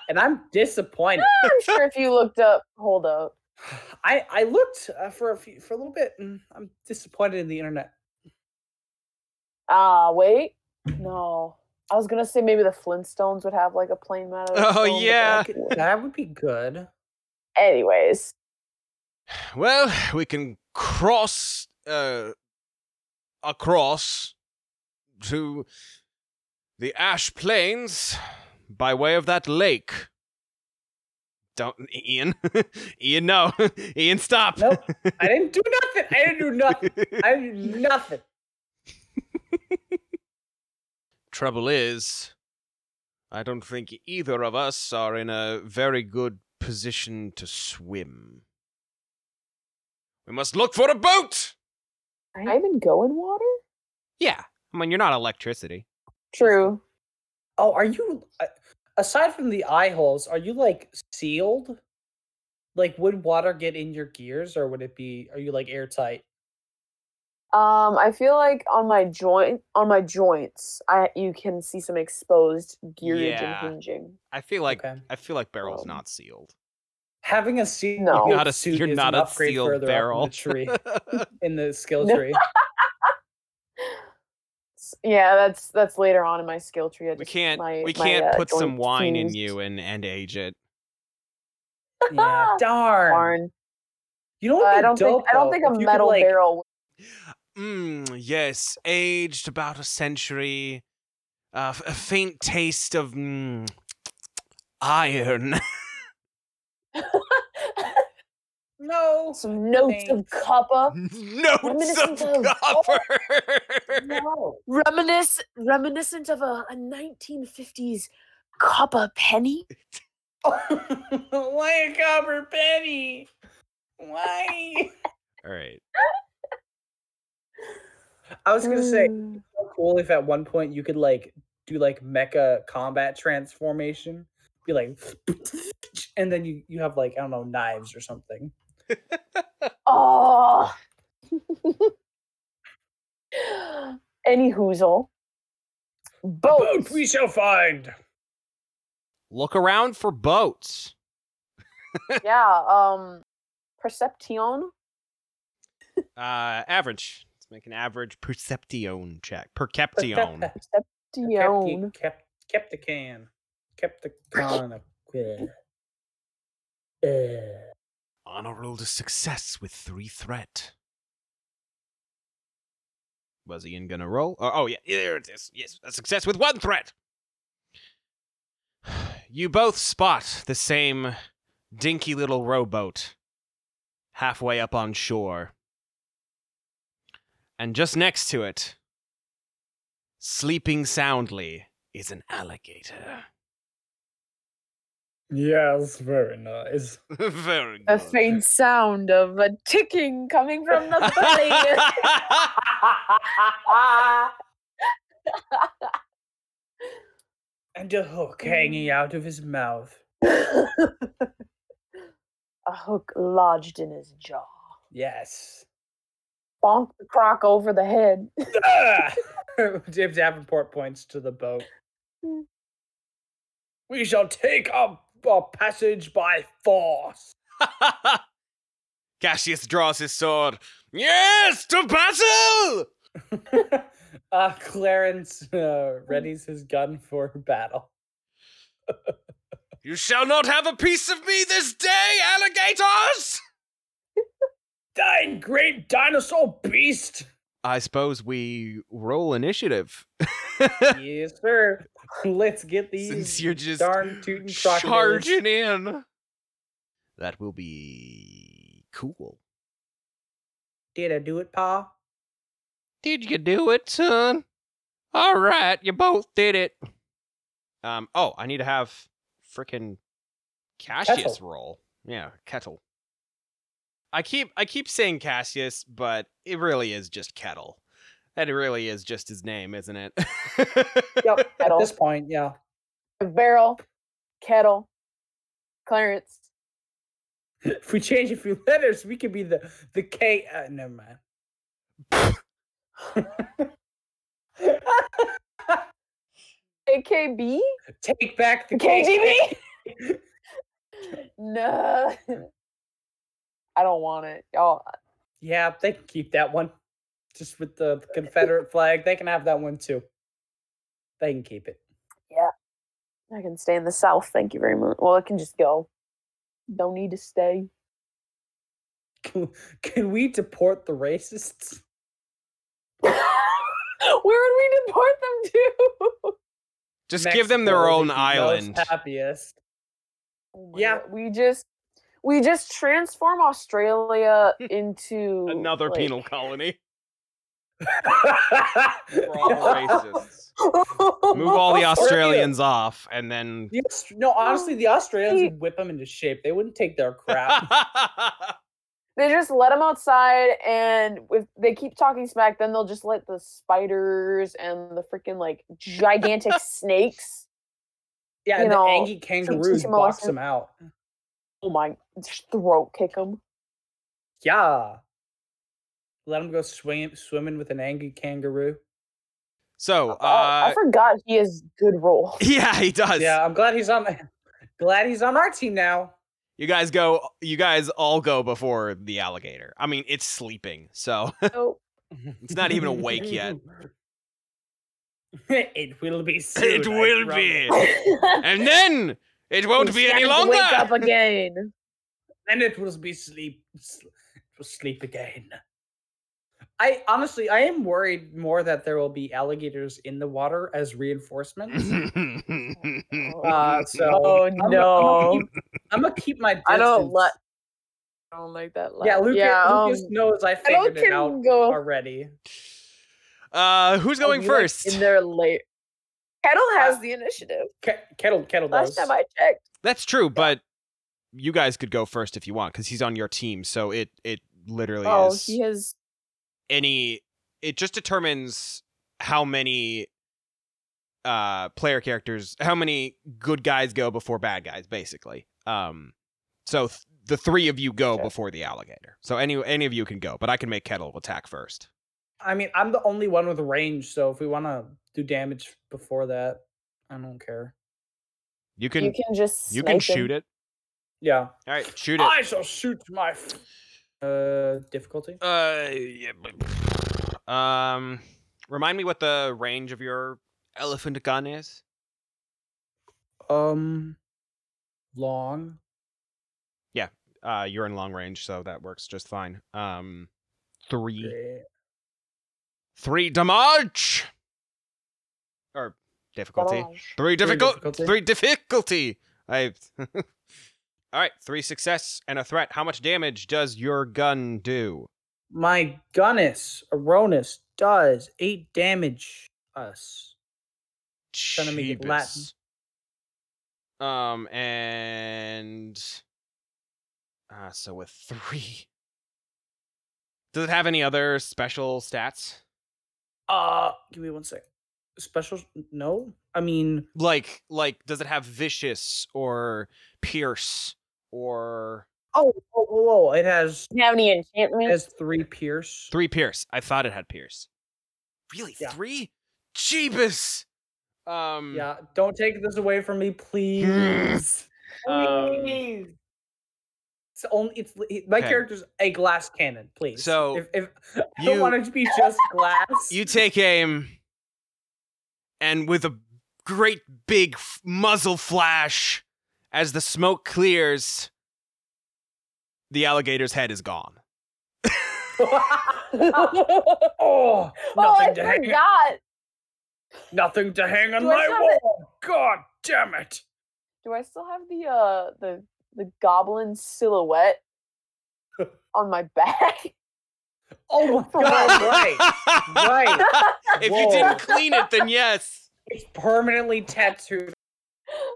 and I'm disappointed.
I'm sure if you looked up, hold up.
I, I looked uh, for a few, for a little bit and I'm disappointed in the internet.
Ah, wait. No. I was gonna say maybe the Flintstones would have like a plane made out of
Oh,
stone, but they're
yeah.
not
Okay,
wood.
That would be good.
Anyways,
Well, we can cross uh across to the Ash Plains by way of that lake. Don't, Ian. Ian, no. Ian, stop.
Nope. I didn't do nothing. I didn't do nothing. I didn't do nothing.
Trouble is, I don't think either of us are in a very good position to swim. We must look for a boat!
I even go in water?
Yeah. I mean, you're not electricity.
True.
Oh, are you? uh, Aside from the eye holes, are you like sealed? Like, would water get in your gears, or would it be? Are you like airtight?
Um, I feel like on my joint on my joints, I you can see some exposed gearage
Yeah.
and hinging.
I feel like
okay.
I feel like barrel's
Um,
not sealed.
Having a sealed
No.
Not a-
suit
you're
is
not
an
a
upgrade
sealed
further up
barrel.
in the tree in the skill
No.
tree.
S- Yeah, that's that's later on in my skill tree. I
we
just-
can't
my-
we
my,
can't
uh,
put some
joints
wine in
fused.
you and, and age it.
yeah, darn.
Darn.
You know
Uh,
what?
I don't think
dope,
I don't
though?
think
If
a
you could,
metal
like-
barrel would
Mm, yes, aged about a century. Uh, f- a faint taste of mm, iron.
No.
some notes of
Thanks.
copper.
Notes of
Reminiscent of-
copper.
No.
Reminisce, reminiscent of a, a 1950s copper penny.
Why a copper penny? Why?
All right.
I was gonna say,
Mm.
so cool if at one point you could like do like mecha combat transformation, be like, and then you you have like I don't know knives or something.
Oh. Any hoozle. Boat.
Boat we shall find.
Look around for boats.
yeah. Um. Perception.
Uh, average. Let's make an average perception check. Perception.
Kept, the-
Perception.
kept kept the can, kept the can. uh, uh,
On a roll to success with three threat. Was Ian gonna roll? Oh, oh yeah, there it is. Yes, a success with one threat. You both spot the same dinky little rowboat halfway up on shore. And just next to it, sleeping soundly, is an alligator.
yes, very nice.
Very good.
A faint sound of a ticking coming from the belly.
And a hook hanging out of his mouth.
A hook lodged in his jaw.
Yes.
Bonk the croc over the head.
Ah! Dave Davenport points to the boat.
Mm.
We shall take our, our passage by force.
Cassius draws his sword. Yes, to battle!
uh, Clarence uh, readies his gun for battle.
You shall not have a piece of me this day, alligators!
Thine great dinosaur beast!
I suppose we roll initiative.
yes, sir. Let's get these
Since you're just
darn tootin' crocodiles.
charging in. That will be cool.
Did I do it, Pa?
Did you do it, son? All right, you both did it. Um. Oh, I need to have frickin' Cassius
Kettle.
roll. Yeah, kettle. I keep I keep saying Cassius, but it really is just kettle. That really is just his name, isn't it?
Yep. At
Kettle.
this point, yeah.
A barrel. Kettle. Clarence.
If we change a few letters, we could be the the K. Uh, never mind.
AKB.
Take back the K.
KGB. no. I don't want it, y'all.
Yeah, they can keep that one. Just with the Confederate flag, they can have that one too. They can keep it.
I can stay in the south. Thank you very much. Well, I can just go. Don't need to stay.
Can, can we deport the racists?
Where would we deport them to?
Just give them their
Mexico
own
would be most
island.
Happiest.
Oh my
Yeah.
God, we just we just transform Australia into
Another
like-
penal colony. We're all
Yeah.
racists. Move all the Australians off and then
The Aust- no, honestly, the Australians
He-
would whip them into shape. They wouldn't take their crap.
That's
They just let them outside, and if they keep talking smack, then they'll just let the spiders and the freaking like gigantic snakes.
Yeah,
You
and
know,
the angry kangaroos
teaching
box
lesson.
them out.
Oh my! Just throat kick them.
Yeah. Let them go swim, swimming with an angry kangaroo.
so
Oh, I
uh
forgot he has good roll.
yeah, he does.
Yeah, I'm glad he's on. The, glad he's on our team now.
You guys go you guys all go before the alligator. I mean, it's sleeping. So
So
it's not even awake yet.
it will be soon.
it
I
will be.
promise.
and then it won't be any longer.
Wake up again.
Then it will be sleep. sl- It will sleep again. I honestly, I am worried more that there will be alligators in the water as reinforcements. Uh, so
Oh,
I'm gonna-
no.
I'm gonna keep my distance.
I don't like. I don't like that. Laugh.
Yeah, Lucas, Lucas
um,
knows I
I don't
figured it out
can go.
already.
Uh, who's
Oh,
going
you, like,
first?
in there late. Kettle has
Uh,
the initiative.
Ke- kettle, kettle
Last
does.
time I checked.
That's true, but you guys could go first if you want because he's on your team. So it it literally
Oh,
is
he has.
any. It just determines how many uh player characters, how many good guys go before bad guys, basically. Um, so th- the three of you go
Okay.
before the alligator. So any any of you can go, but I can make Kettle attack first.
I mean, I'm the only one with range, so if we want to do damage before that, I don't care.
You can
you
you
can just.
can,
snipe him.
shoot it.
Yeah.
All right, shoot it.
I shall shoot my. F- uh, difficulty.
Uh, yeah. but- Um, remind me what the range of your elephant gun is.
Um, long.
Uh, you're in long range, so that works just fine. Um, three,
Great.
three damage. Or difficulty.
Damage.
Three difficult.
difficulty.
Three difficulty. I. All right, three success and a threat. How much damage does your gun do?
My Gunnis Aronis does eight damage us. Trying to make it Latin.
Jeebus. Um, and uh, so with three, does it have any other special stats?
Uh, give me one sec. Special? No, I mean
Like, like, does it have vicious or pierce or
Oh, whoa, whoa, whoa. It has
Doesn't have any
it
enchantment?
has three pierce.
three pierce? I thought it had pierce. Really,
Yeah.
three? Jeebus. Um,
Yeah, don't take this away from me, please.
Um,
please. It's only it's li- my
Okay.
character's a glass cannon, please.
So,
if, if I
you-
don't want it to be just glass,
You take aim, and with a great big f- muzzle flash, as the smoke clears, the alligator's head is gone.
Ah!
oh,
Oh, I
nothing to hang,
forgot.
nothing to hang on
Do I
my
still have it?
wall. God damn it!
Do I still have the uh the the goblin silhouette on my back?
Oh my
For
god! Right, right.
if you
Whoa.
didn't clean it, then yes.
It's permanently tattooed just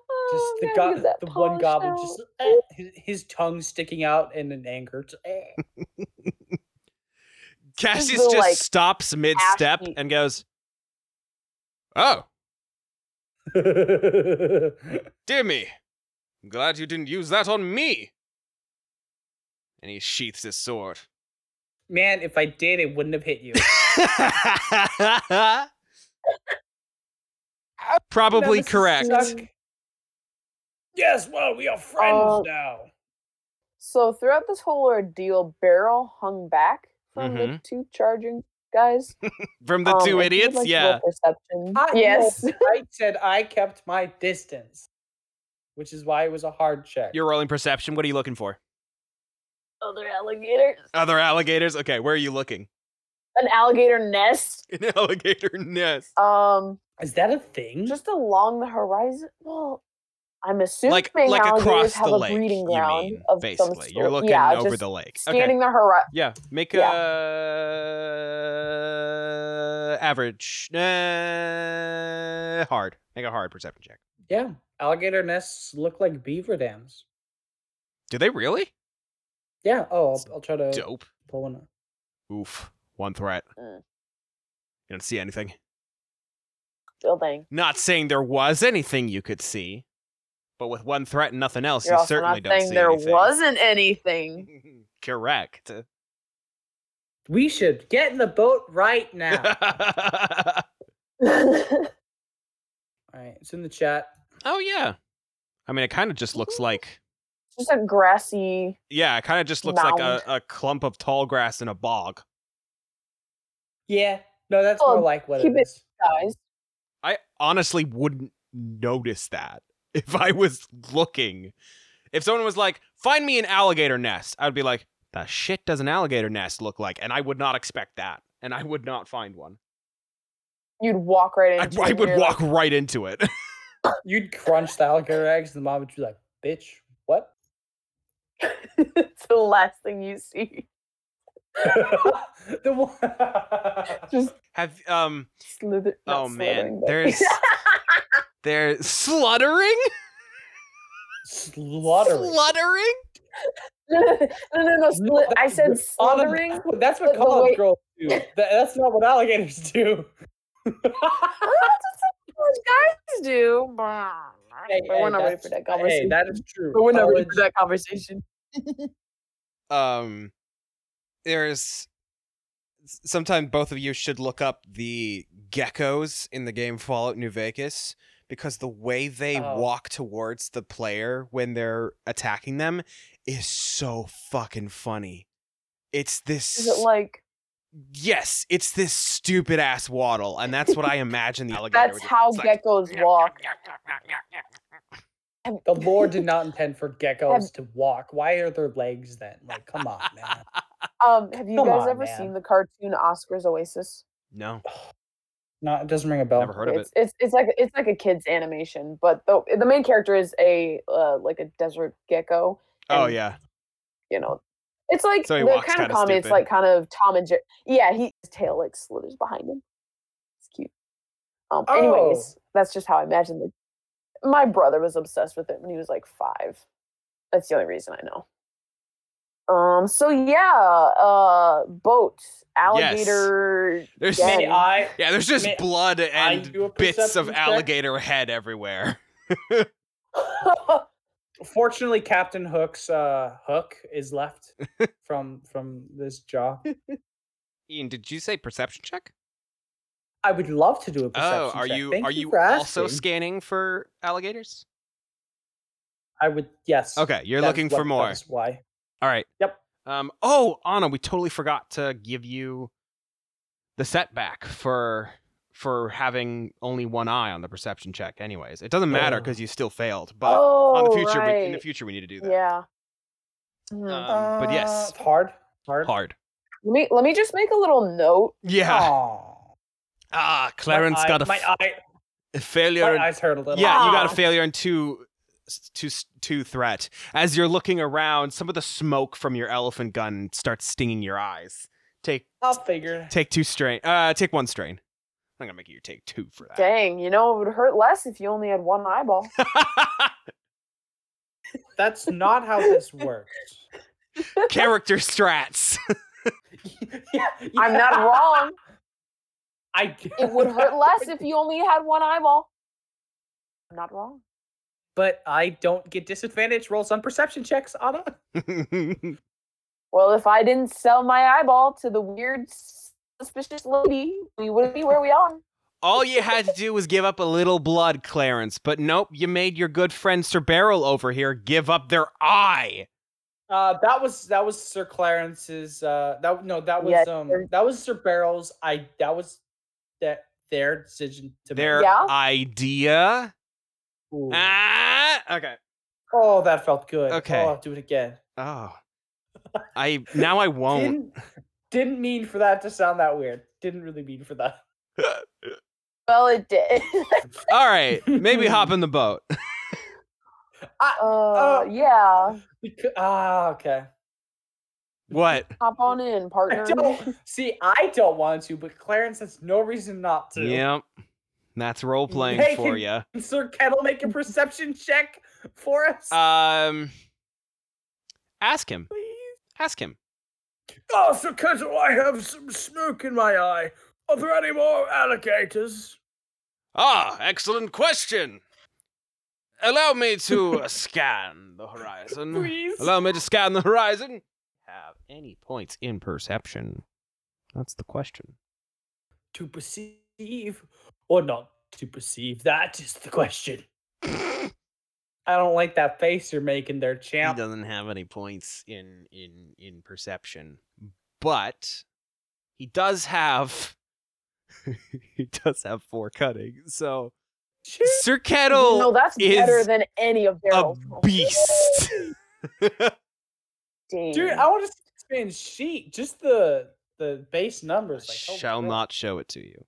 Oh,
the,
I'm
go-
gonna get that
the one
polished
goblin
out.
just eh, his, his tongue sticking out in an anger just, eh.
Cassius
little,
just
like,
stops mid-step
ashy-
and goes, "Oh, dear me, I'm glad you didn't use that on me." And he sheaths his sword.
man if i did it wouldn't have hit you
Uh, Probably
Nemesis
correct.
suck. yes well we are friends
Uh,
now
So throughout this whole ordeal, Barrel hung back from the two charging guys.
From Mm-hmm. the
Um,
two
if you would like
idiots,
to roll
yeah.
Perception.
I know,
yes.
i said i kept my distance which is why it was a hard check
You're rolling perception. What are you looking for?
Other alligators.
Other alligators? Okay, where are you looking?
an alligator nest
An alligator nest.
um
Mm-hmm.
Is that a thing?
just along the horizon. Well, I'm assuming
like like
alligators
across
have
the
a
lake.
breeding
you
ground
mean,
of some
basically,
sort.
you're looking
yeah,
over
just
the lake. Okay.
scanning the horizon.
Yeah, make
Yeah.
a average uh, hard. Make a hard perception check.
yeah. Alligator nests look like beaver dams.
Do they really?
Yeah. Oh, I'll,
It's
I'll try to
Dope.
pull one. up.
Oof. One threat.
Mm.
You don't see anything.
Building.
Not saying there was anything you could see, but with one threat and nothing else,
You're
you
also
certainly
not
don't
saying
see
there
anything.
wasn't anything.
Correct.
We should get in the boat right now.
That's
All right. It's in the chat.
oh yeah. I mean, it kind of just looks like
just a grassy.
yeah, it kind of just looks
Mound.
like a, a clump of tall grass in a bog.
Yeah. No, that's
Oh,
more like what
keep
it
it-
is.
Guys,
I honestly wouldn't notice that if I was looking. If someone was like, "Find me an alligator nest," I would be like, "The shit does an alligator nest look like?" And I would not expect that, and I would not find one.
you'd walk right
I,
into.
I
it and
would
you're like,
walk right into it.
You'd crunch the alligator eggs, and the mom would be like, "Bitch, what?"
it's the last thing you see.
the one.
Just
Have um
slither. not
Oh,
slithering,
man,
but-
there's- there sluttering?
slaughtering.
Sluttering?
no, no, no, no. Sli- I said
that's what-
slithering.
That's what
but the
college
way-
girls do. That, that's not what alligators do.
Oh, that's what some college guys do.
Hey,
but we're
hey,
not ready for
that's-
that conversation.
Hey, that is true.
but we're not ready for
College-
that conversation.
um there's s- sometimes both of you should look up the geckos in the game Fallout New Vegas because the way they
Oh.
walk towards the player when they're attacking them is so fucking funny. It's this
Is it like
yes, it's this stupid ass waddle, and that's what I imagine the alligator.
that's
would do.
how
It's like,
geckos walk?
The Lord did not intend for geckos to walk. Why are their legs then? Like, come on, man.
Um, have you
Come
guys
on,
ever
man.
seen the cartoon Oscars Oasis?
No,
No, it doesn't ring a bell.
never heard of it.
Oh, it's, it's it's like it's like a kid's animation, but the the main character is a uh, like a desert gecko.
Oh
and,
yeah,
you know, it's like
So he
they're
walks
kind of
kinda
comedy. It's
stupid.
like kind of Tom and Jerry. Yeah, he, his tail like slithers behind him. It's cute. Um,
Oh!
anyways, that's just how I imagine it. My brother was obsessed with it when he was like five. That's the only reason I know. Um. So yeah, uh, boat alligator.
there's
Yeah.
May I?
yeah, there's just
May
blood and
do a
bits of
perception check?
alligator head everywhere.
Fortunately, Captain Hook's uh, hook is left from from this jaw.
Ian, did you say perception check?
I would love to do a perception
Oh, are
check.
you
Thank
are
you,
you
for
also
asking.
scanning for alligators?
I would. Yes.
Okay, you're
that is
looking
what-
for
that
more.
is Why?
All right.
Yep.
Um. Oh, Anna, we totally forgot to give you the setback for for having only one eye on the perception check. Anyways, it doesn't matter
Oh.
because you still failed. But
oh,
on the future, we, in the
right,
future, we need to do that.
Yeah. Hmm.
Um, but yes.
Uh, hard. Hard.
Hard.
let me let me just make a little note.
Yeah.
Aw.
Ah, Clarence
my
got a
eye, my,
f-
eye,
a failure. in-
my eyes hurt a little.
Yeah, you got
Ah.
a failure and two, s- two, s- two threat. As you're looking around, some of the smoke from your elephant gun starts stinging your eyes. Take
I'll figure.
take two strain. Uh, take one strain. I'm gonna make you take two for that.
Dang, you know it would hurt less if you only had one eyeball.
That's not how this works.
Character strats.
Yeah,
I'm not
yeah,
wrong.
I
It would hurt less if you only had one eyeball. I'm not wrong.
But I don't get disadvantage rolls on perception checks, Anna.
Well, if I didn't sell my eyeball to the weird, suspicious lady, we wouldn't be where we are.
All you had to do was give up a little blood, Clarence. But nope, you made your good friend Sir Beryl over here give up their eye.
Uh, that was that was Sir Clarence's. Uh, that no, that was
Yes,
um,
sir.
that was Sir Barrel's. I that was that their decision to
Their
make.
Yeah.
idea.
Ooh.
Ah, okay.
Oh, that felt good.
Okay.
Oh, do it again.
Oh. I now I won't.
Didn't-
Didn't mean for that to sound that weird. Didn't really mean for that.
Well, it did.
All right, maybe hop in the boat.
uh,
Oh.
yeah.
Becau- ah, okay.
What?
Hop on in,
I
partner.
don't see. I don't want to, but Clarence has no reason not to.
Yep. That's role playing
Hey,
for
can-
you.
Can Sir Kettle make a perception check for us?
Um, ask him.
please?
Ask him.
Oh, Sir Kettle, I have some smoke in my eye. Are there any more alligators?
Ah, excellent question. Allow me to uh, scan the horizon.
Please.
Allow me to scan the horizon. Have any points in perception? That's the question.
To perceive or not to perceive, that is the question. I don't like that face you're making there, champ.
He doesn't have any points in in in perception, but he does have he does have four cutting. So Sir Kettle
no, that's better
is
than any of
a
Daryl's.
beast.
Dude, I want to see this man's sheet. Just the the base numbers. Like, oh
Shall
my
not show it to you.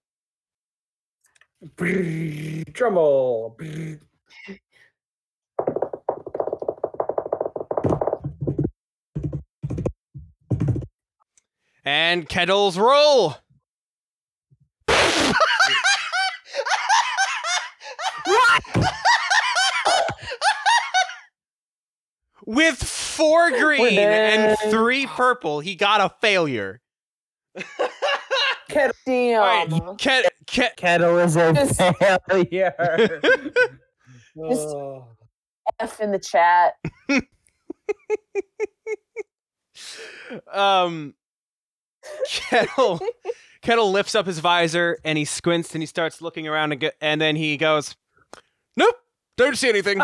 God. Drum roll.
And kettles roll. With four green and
dead.
three purple, he got a failure.
Damn.
Ket- Ket-
Kettle is a
Just-
failure.
Just-
Oh.
F in the chat.
um kettle kettle lifts up his visor and he squints and he starts looking around and, go- and then he goes nope don't see anything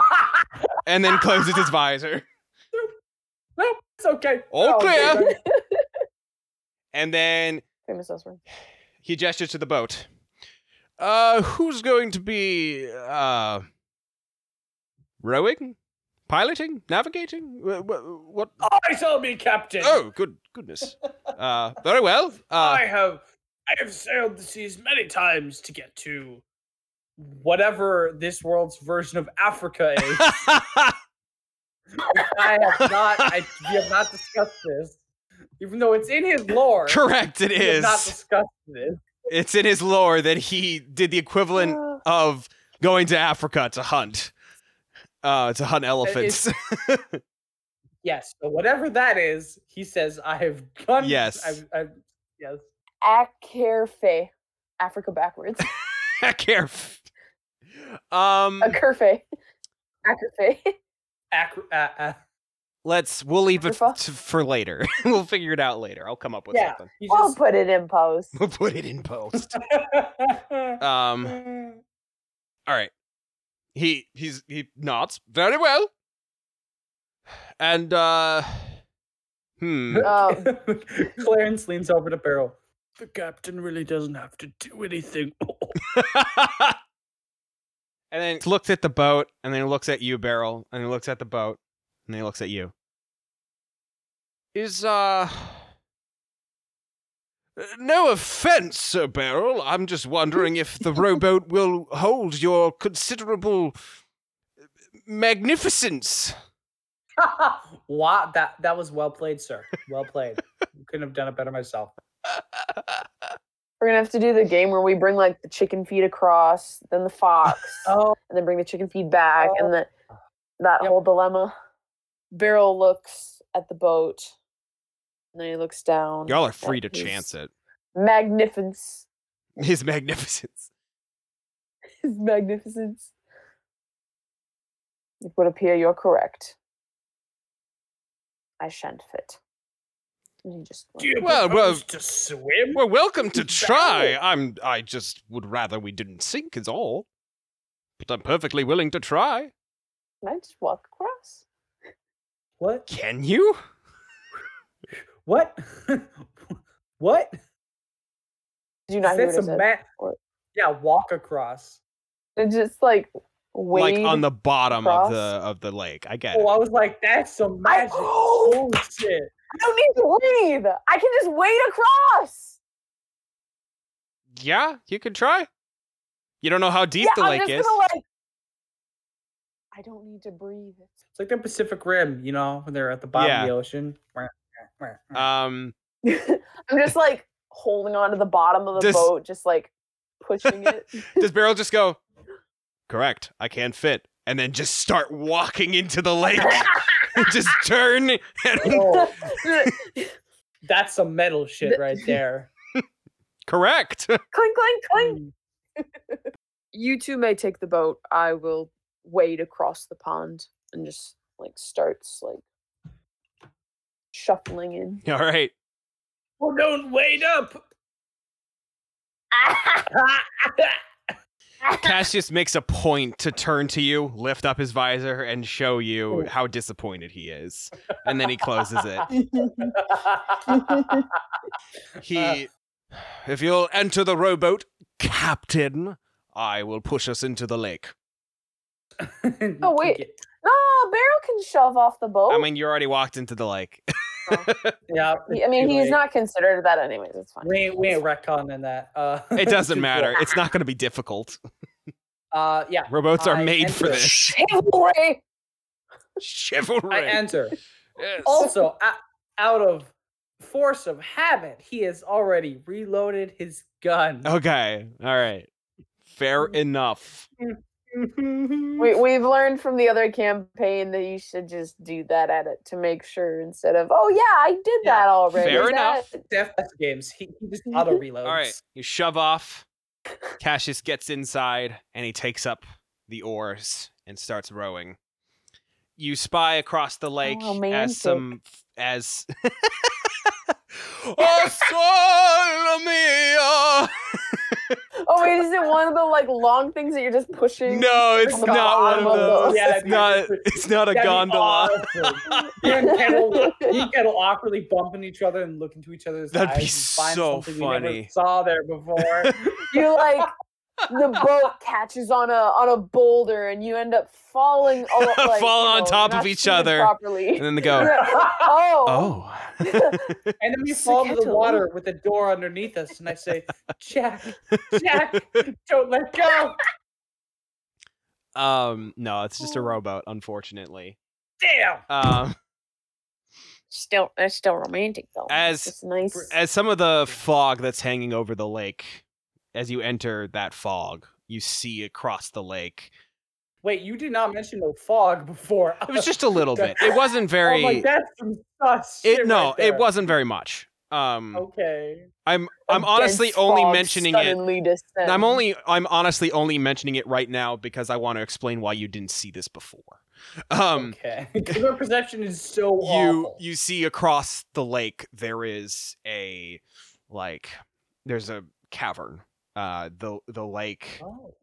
and then closes his visor
Nope, it's okay.
All
Oh,
clear.
okay.
and then
Famous last word.
he gestures to the boat uh who's going to be uh rowing piloting navigating Wh- wh- what
I shall be captain.
oh good goodness uh very well uh
I have I have sailed the seas many times to get to whatever this world's version of Africa is. I have not. I, we have not discussed this, even though it's in his lore.
correct it
We have
is
not discussed this.
it's in his lore that he did the equivalent
Uh,
of going to Africa to hunt, uh, to hunt elephants.
Yes, so whatever that is, he says I have done.
Yes.
I've, I've, yes.
Akerfe. Africa backwards.
Caref. um,
Akerfe. Akerfe.
Acro- uh, uh,
let's we'll leave it
Wonderful.
t- for later. we'll figure it out later. I'll come up with
Yeah.
something.
he
I'll put it in post.
We'll put it in post.
just.
Um, all right. He he's he nods very well. And uh, hmm.
Um,
Clarence leans over to Beryl. The captain really doesn't have to do anything. Oh,
and then he looks at the boat, and then he looks at you, Beryl, and he looks at the boat, and then he looks at you. Is uh no offense, Sir Beryl. I'm just wondering if the rowboat will hold your considerable magnificence.
wow, that that was well played, sir. Well played. Couldn't have done it better myself.
we're gonna have to do the game where we bring like the chicken feet across, then the fox,
Oh,
and then bring the chicken feet back, and the that
Yep.
whole dilemma. Beryl looks at the boat, and then he looks down.
Y'all are free to
at his
chance it.
Magnificence.
His magnificence.
His magnificence. It would appear you're correct. I shan't fit. And he just
do you
Well, well-
propose to swim?
Well, welcome to try. I'm. I just would rather we didn't sink, is all. But I'm perfectly willing to try.
Can I just walk across?
What?
Can you?
What? what?
Did you not
Is
hear what
that
I
some
said?
ma-
Or-
Yeah, walk across.
It just like wade.
like on the bottom
across?
of the of the lake. I get
Oh,
it.
I was like, that's some
I-
magic
oh!
bullshit.
I don't need to lead. I can just wade across.
Yeah, you can try. You don't know how deep the
yeah,
lake
I'm just
is.
gonna like. I don't need to breathe.
It's like the Pacific Rim, you know, when they're at the bottom
Yeah.
of the ocean.
Um,
I'm just like holding on to the bottom of the
Does-
boat, just like pushing it.
does Beryl just go? Correct. I can fit, and then just start walking into the lake. just turn and
Oh,
clink,
that's some metal shit right there.
correct.
clink, clink.
Mm.
You two may take the boat. I will wade across the pond and just like starts like
Shuffling in.
All right.
Oh, don't wait up.
Cassius makes a point to turn to you, lift up his visor, and show
Oh.
you how disappointed he is. And then he closes it.
Uh.
He, if you'll enter the rowboat, Captain, I will push us into the lake.
Oh, wait. no, Beryl can shove off the
Oh.
boat.
I mean, you already walked into the lake.
Yeah.
He- I mean,
too
he's
late.
not considered that anyways. It's fine.
We ain't, we ain't retconning that. Uh,
It doesn't
too
matter.
late.
It's not going to be difficult.
Uh, yeah.
Rowboats are
I
made for
enter.
this.
Chivalry.
Chivalry.
I enter.
Yes.
Also, o- out of force of habit, he has already reloaded his gun.
Oh. Okay. All right. Fair
Mm.
enough.
We, we've learned from the other campaign that you should just do that at it to make sure instead of, oh, yeah, I did
Yeah,
that already.
Fair
Is
enough.
that-"
Death games. He, he just auto reloads.
All right. You shove off. Cassius gets inside and he takes up the oars and starts rowing. You spy across the lake
romantic.
as some as Oh sol mio!
Oh, wait, is it one of the like long things that you're just pushing?
No, it's
the
not one
bottom
of
of
those.
the-
Yeah,
it's not
dude.
it's not a
That'd be
gondola.
awesome. you and Kettle, you and Kettle awkwardly bumping each other and looking to each other's
That'd
eyes.
be
and find
so
something we never
funny.
saw there before.
you like the boat catches on a on a boulder and you end up falling all, like,
Falling on
no,
top
you're
of
not
each
seated
other.
properly.
and then they go,
and
oh,
"Oh."
then we fall into the
Kettle.
water with the door underneath us, and I say, Jack, Jack, don't let go.
Um, no, it's just a
Oh.
rowboat, unfortunately.
Damn.
Um,
still that's still romantic though.
As-
it's nice.
as some of the fog that's hanging over the lake, as you enter that fog, you see across the lake.
Wait, you did not mention no fog before.
It was just a little bit. It wasn't
I'm
very.
like, that's some sus Oh shit
it no,
right
it
there." Oh,
wasn't very much. Um,
Okay.
I'm I'm honestly only mentioning it.
it.
I'm only I'm honestly only mentioning it right now because I want to explain why you didn't see this before. Um,
okay. Your perception is so
you
awful.
you see across the lake there is a like there's a cavern uh the the lake
Oh.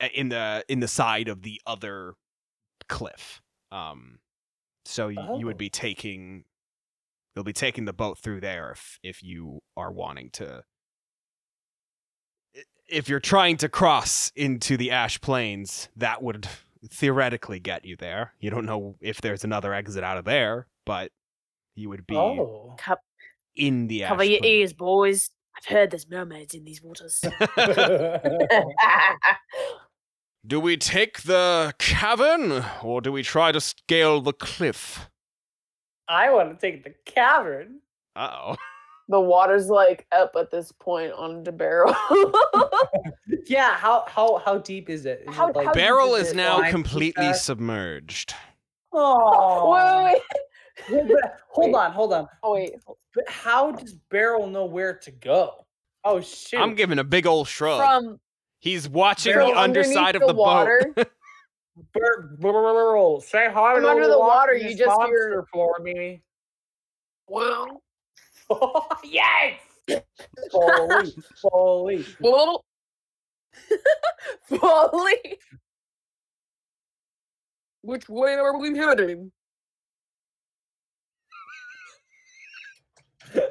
uh, in the in the side of the other cliff um so y- you would
Oh.
be taking you'll be taking the boat through there if if you are wanting to i- if you're trying to cross into the ash plains that would theoretically get you there you don't know if there's another exit out of there but you would be
Oh.
in the
cover
ash
your
plains.
ears, boys. I've heard there's mermaids in these waters.
Do we take the cavern or do we try to scale the cliff?
I want to take the cavern.
Uh oh.
the water's like up at this point on the barrel.
Yeah, how how how deep is it? Is
How-
it
how deep
Beryl
is
is
it?
now
Line
completely
feedback?
submerged.
Oh,
wait, wait,
Hold, ba- hold
Wait.
on, hold on.
oh, wait.
But how does Beryl know where to go? Oh shit!
I'm giving a big old shrug.
From
He's watching
from
the underside
underneath
of the, boat.
water.
Ber- Beryl, say hi
From
to
under the
walking
water, you
this
just
monster
hear-
for me.
well,
yes. Holy, holy!
well,
Fully.
which way are we heading?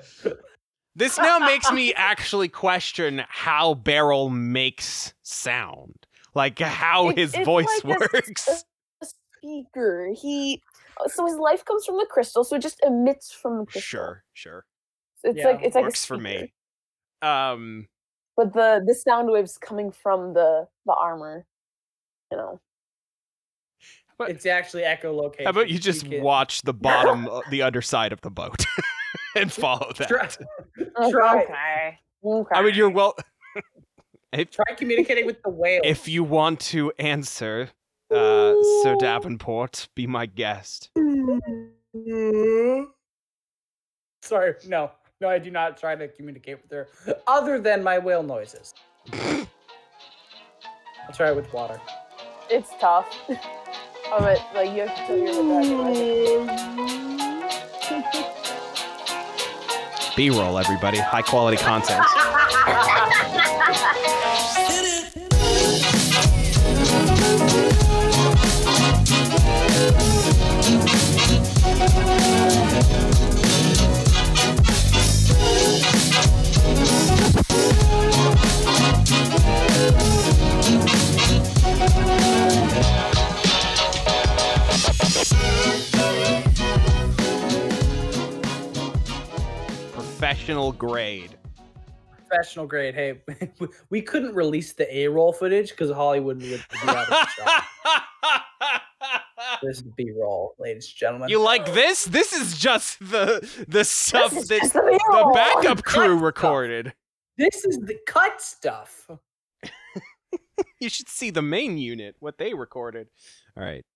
This now makes me actually question how Beryl makes sound. Like how
It-
his
it's
voice
like a s-
works.
speaker. He uh, so his life comes from the crystal, so it just emits from the crystal.
Sure, sure.
So it's
Yeah,
like it's like a
Works for
speaker,
me. Um,
But the the sound waves coming from the the armor. You know.
But-
It's actually echolocation.
how about you just
can-
watch the bottom, uh, the underside of the boat, and follow that?
Try,
Okay,
Try it.
Okay. Okay.
I mean, you're well. if
try communicating with the whale.
if you want to answer, uh, Sir Davenport, be my guest.
Sorry, no, no, I do not try to communicate with her other than my whale noises. I'll try it with water.
It's tough. oh, but like you have to tell your little
B-roll, everybody, high quality content. Professional grade.
Professional grade. Hey, we- we couldn't release the A roll footage because Hollywood would be out of its job. This is B roll, ladies and gentlemen.
you like this? This is just the the stuff
is
that
just
the,
the B-roll.
backup crew
Cut
recorded.
this is the cut stuff.
You should see the main unit what they recorded. All right.